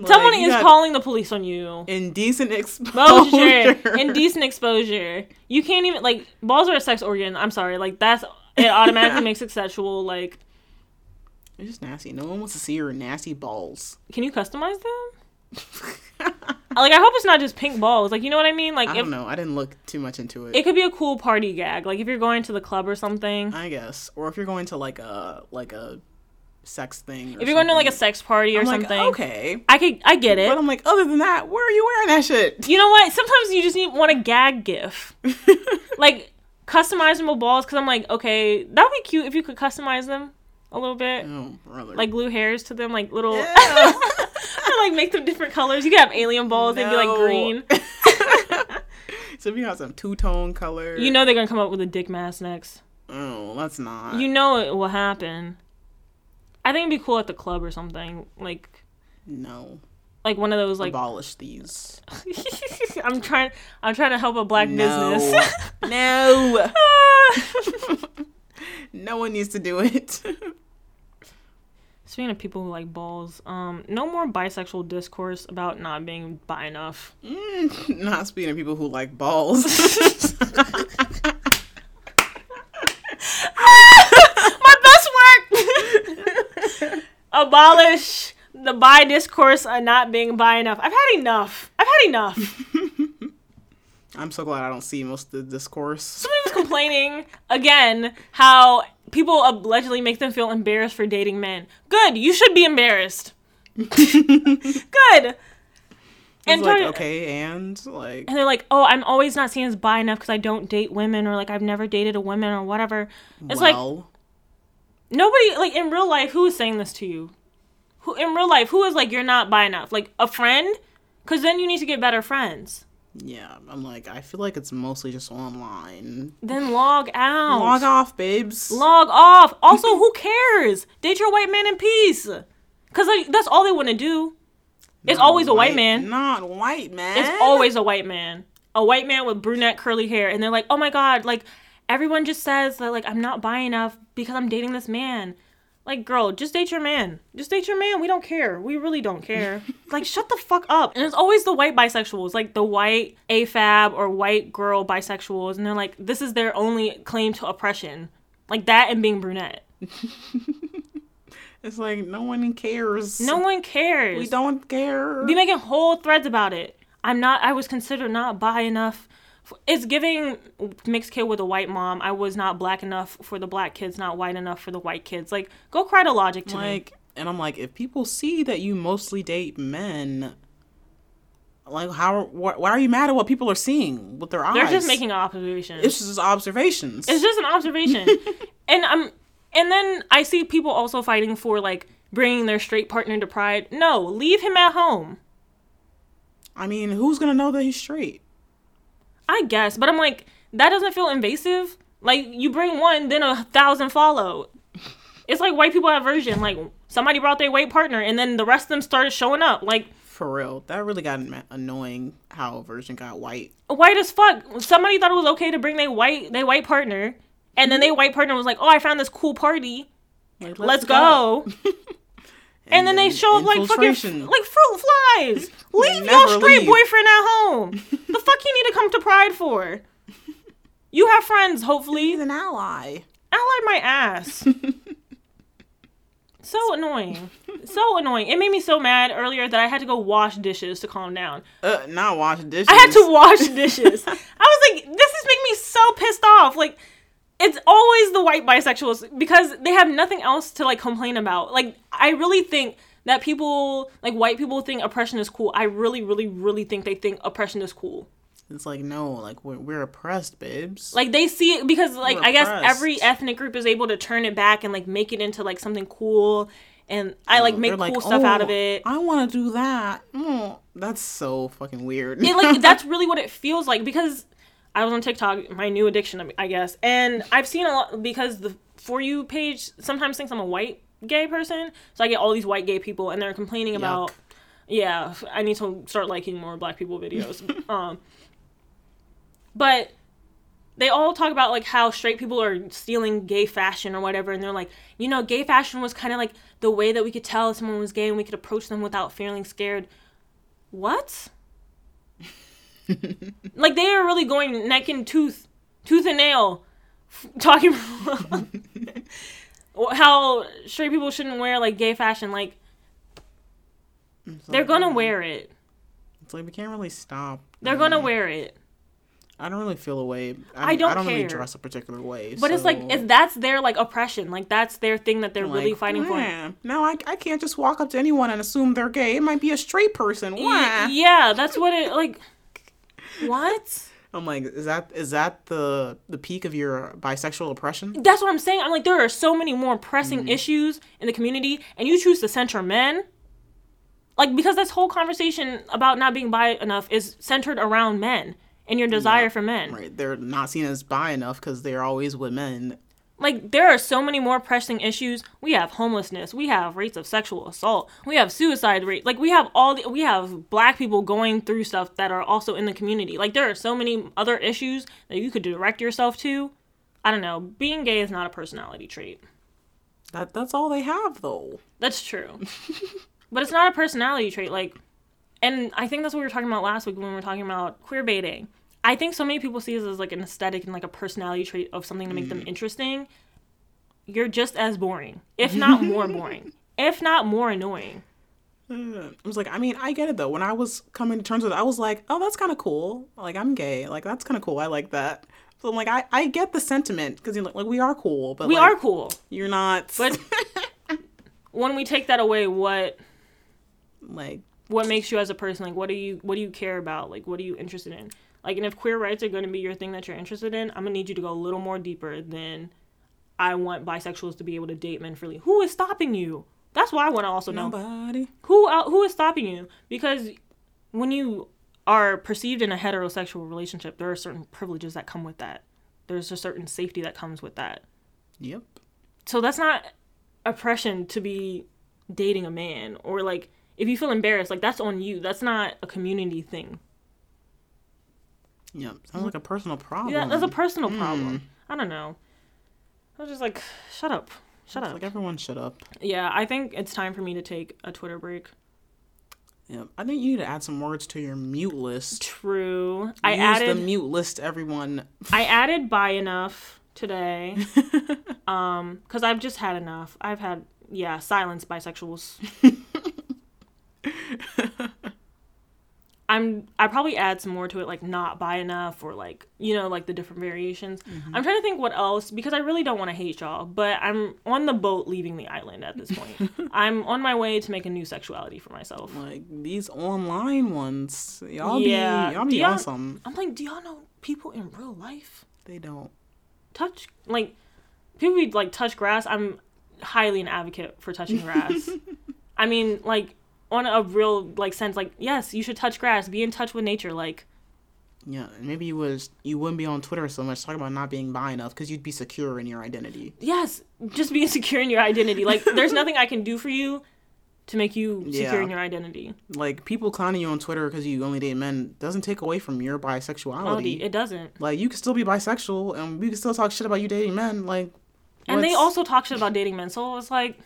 Someone Like, you is got calling the police on you. indecent exposure. Exposure. (laughs) Indecent exposure. You can't even like balls are a sex organ. I'm sorry. Like that's it (laughs) automatically makes it sexual. Like It's just nasty. No one wants to see your nasty balls. (laughs) can you customize them? Like I hope it's not just pink balls. Like you know what I mean? Like I if don't know. I didn't look too much into it. it could be a cool party gag. Like if you're going to the club or something. I guess, or if you're going to like a like a sex thing. Or If you're going to like a sex party or I'm like, something. okay. I could I get But it. I'm like, other than that, where are you wearing that shit? You know what? Sometimes you just need want a gag gif. (laughs) like customizable balls cuz I'm like, okay, that would be cute if you could customize them a little bit. (laughs) Oh, brother. Like (laughs) glue hairs to them like little Ew. and, (laughs) like make them different colors. You could have alien balls. They'd be like No. (laughs) green. (laughs) so if you got some two tone color, You know they're gonna come up with a dick mask next. oh, that's not. You know it will happen. I think it'd be cool at the club or something. Like no, like one of those like abolish these. (laughs) I'm trying I'm trying to help a black No. business. (laughs) no, (laughs) no one needs to do it. (laughs) Speaking of people who like balls, um, no more bisexual discourse about not being bi enough. (laughs) not speaking of people who like balls. My best work. (laughs) Abolish the bi discourse on not being bi enough. I've had enough. I've had enough. I'm so glad I don't see most of the discourse. Somebody was complaining again how people allegedly make them feel embarrassed for dating men. Good, you should be embarrassed. Good. And It's like talking- okay, and like and they're like, "Oh, I'm always not seen as bi enough because I don't date women, or like I've never dated a woman, or whatever." It's like well, nobody, like in real life, who is saying this to you? Who in real life, who is like you're not bi enough? Like a friend, because then you need to get better friends. Yeah, I'm like, I feel like it's mostly just online. Then log out. Log off, babes. Log off. Also, who cares? Date your white man in peace. Cause like, that's all they want to do. It's always a white man. Not white man. It's always a white man. A white man with brunette curly hair. And they're like, oh my God, like everyone just says that like I'm not buying enough because I'm dating this man. Like, girl, just date your man. Just date your man. We don't care. We really don't care. like, shut the fuck up. And it's always the white bisexuals, like the white AFAB or white girl bisexuals. And they're like, this is their only claim to oppression. Like that and being brunette. It's like no one cares. No one cares. we don't care. be making whole threads about it. I'm not. I was considered not bi enough. f- It's giving mixed kid with a white mom. I was not black enough for the black kids, not white enough for the white kids. Like, go cry to logic to me. like, and I'm like, if people see that you mostly date men, like, how? Wh- why are you mad at what people are seeing with their eyes? They're just making an observation. It's just observations. it's just an observation and i'm and then i see people also fighting for like bringing their straight partner to pride no leave him at home I mean, who's gonna know that he's straight? i guess but i'm like that doesn't feel invasive like you bring one then a thousand follow it's like white people have version like somebody brought their white partner and then the rest of them started showing up like For real, that really got an- annoying. How a virgin got white. white as fuck somebody thought it was okay to bring their white their white partner and then their white partner was like oh i found this cool party Like, let's go. and, then they show up like fucking infiltration. like fruit flies. Leave your never straight leave. boyfriend at home. the fuck you need to come to Pride for? You have friends, hopefully. an ally. Ally my ass. so annoying. So annoying. It made me so mad earlier that I had to go wash dishes to calm down. Uh, not wash dishes. I had to wash dishes. I was like, this is making me so pissed off. Like, it's always the white bisexuals because they have nothing else to like complain about. Like, I really think that people, like white people, think oppression is cool. I really, really, really think they think oppression is cool. It's like no, like we're, we're oppressed, babes. Like they see it because like I guess Repressed. every ethnic group is able to turn it back and like make it into like something cool. And I like make They're cool stuff out of "Oh, it. I want to do that. Mm, that's so fucking weird. it, (laughs) like that's really what it feels like because I was on TikTok, my new addiction, I guess, and I've seen a lot because the for you page sometimes thinks I'm a white gay person, so I get all these white gay people and they're complaining about, Yuck. yeah, I need to start liking more black people videos. um, but they all talk about like how straight people are stealing gay fashion or whatever and they're like you know gay fashion was kind of like the way that we could tell if someone was gay and we could approach them without feeling scared what like they are really going neck and tooth tooth and nail f- talking about (laughs) how straight people shouldn't wear like gay fashion like they're gonna wear it It's like we can't really stop. they're gonna wear it I don't really feel a way. I, I don't. I don't don't really care. dress a particular way. but it's like it's that's their like oppression like that's their thing that they're really fighting for No, I, I can't just walk up to anyone and assume they're gay. It might be a straight person. Why? Y- yeah, that's what it like. (laughs) What? I'm like, is that is that the the peak of your bisexual oppression? That's what I'm saying. I'm like, there are so many more pressing issues in the community, and you choose to center men. Like, because this whole conversation about not being bi enough is centered around men and your desire for men. Right? They're not seen as bi enough because they're always with men. Like, there are so many more pressing issues. We have homelessness. We have rates of sexual assault. We have suicide rate. Like, we have all the, we have black people going through stuff that are also in the community. Like, there are so many other issues that you could direct yourself to. I don't know. Being gay is not a personality trait. That that's all they have though. That's true. but it's not a personality trait. Like, and I think that's what we were talking about last week when we were talking about queer baiting. I think so many people see this as like an aesthetic and like a personality trait of something to make them interesting. You're just as boring, if not more boring, if not more annoying. I was like, I mean, I get it though. When I was coming to terms with it, I was like, oh, that's kind of cool. Like, I'm gay. Like, that's kind of cool. I like that. So I'm like, I, I get the sentiment because you know, like we are cool, but We like, are cool, You're not but when we take that away, what like what makes you as a person? Like, what do you what do you care about? Like, what are you interested in? Like, and if queer rights are going to be your thing that you're interested in, I'm gonna need you to go a little more deeper than I want bisexuals to be able to date men freely. Who is stopping you? That's why I want to also know nobody. who out, who is stopping you because when you are perceived in a heterosexual relationship, there are certain privileges that come with that. There's a certain safety that comes with that. Yep. So that's not oppression to be dating a man or like if you feel embarrassed, like that's on you. That's not a community thing. Yep. Sounds like a personal problem. Yeah, that's a personal problem. I don't know. I was just like, shut up. Shut It's up. like everyone shut up. Yeah, I think it's time for me to take a Twitter break. Yep. I think you need to add some words to your mute list. True. I Use added the mute list, everyone. I added buy enough today. um cuz I've just had enough. I've had yeah, silence bisexuals. I'm I probably add some more to it like not buy enough or like you know like the different variations. I'm trying to think what else because I really don't want to hate y'all, but I'm on the boat leaving the island at this point. I'm on my way to make a new sexuality for myself. Like these online ones. Y'all Yeah. be y'all Do be y'all- on some. I'm like, do y'all know people in real life? They don't. touch like people be like touch grass i'm highly an advocate for (laughs) touching grass i mean like on a real like sense like yes you should touch grass be in touch with nature like Yeah, and maybe you was you wouldn't be on Twitter so much talking about not being bi enough because you'd be secure in your identity. yes just be (laughs) secure in your identity like there's nothing i can do for you to make you secure Yeah. in your identity Like people clowning you on Twitter because you only date men doesn't take away from your bisexuality. it doesn't like you can still be bisexual and we can still talk shit about you dating men. Like and they what's- also talk shit about dating men so it's like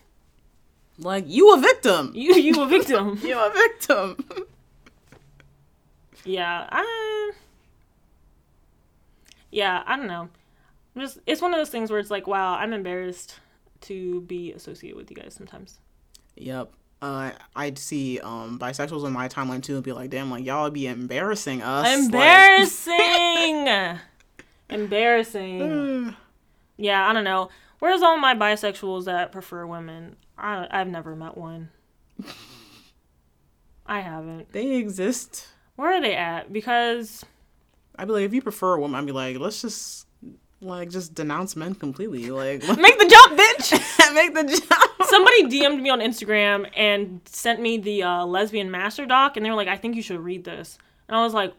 like you a victim. you you a victim (laughs) You a victim. (laughs) Yeah, I. Yeah, I don't know. I'm just it's one of those things where it's like, wow, I'm embarrassed to be associated with you guys sometimes. yep. Uh, I'd see um bisexuals on my timeline too and be like, damn, like y'all be embarrassing us. like- Embarrassing. Embarrassing. Yeah, I don't know. Where's all my bisexuals that prefer women? I I've never met one. I haven't. they exist. Where are they at? Because I'd be like, if you prefer a woman, I'd be like, let's just like just denounce men (laughs) completely. Like make the jump, bitch. make the jump. somebody DM'd me on Instagram and sent me the uh, lesbian master doc, and they were like, "I think you should read this." And I was like,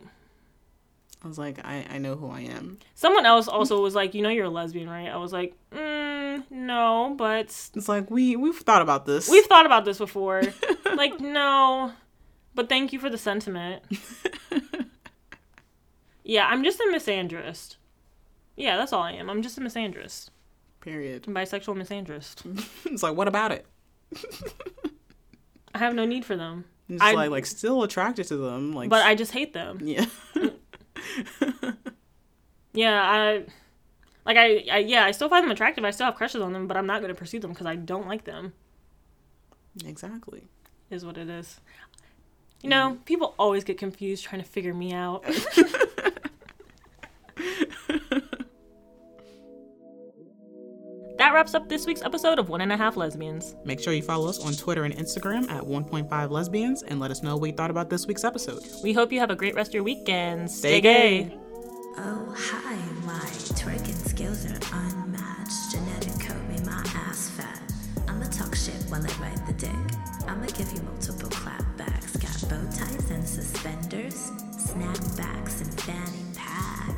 I was like, I, I know who I am. someone else also was like, "You know, you're a lesbian, right?" I was like, mm, "No, but It's like we we've thought about this. we've thought about this before. like, no, but thank you for the sentiment." yeah, I'm just a misandrist. Yeah, that's all I am. I'm just a misandrist, (laughs) period. bisexual misandrist. It's like what about it? I have no need for them, It's I- like like still attracted to them. Like but I just hate them. (laughs) yeah. Yeah, I like I, I yeah, I still find them attractive. I still have crushes on them, but I'm not going to pursue them because I don't like them. exactly. Is what it is. You Mm. know, people always get confused trying to figure me (laughs) out. that wraps up this week's episode of One and a Half Lesbians. Make sure you follow us on Twitter and Instagram at 1.5 lesbians and let us know what you thought about this week's episode. We hope you have a great rest of your weekend. Stay gay. Oh, hi, my twerking skills are unmatched. Genetic code made my ass fat. I'ma talk shit while I ride the dick. I'ma give you multiple clapbacks. Got bow ties and suspenders, snapbacks and fanny packs.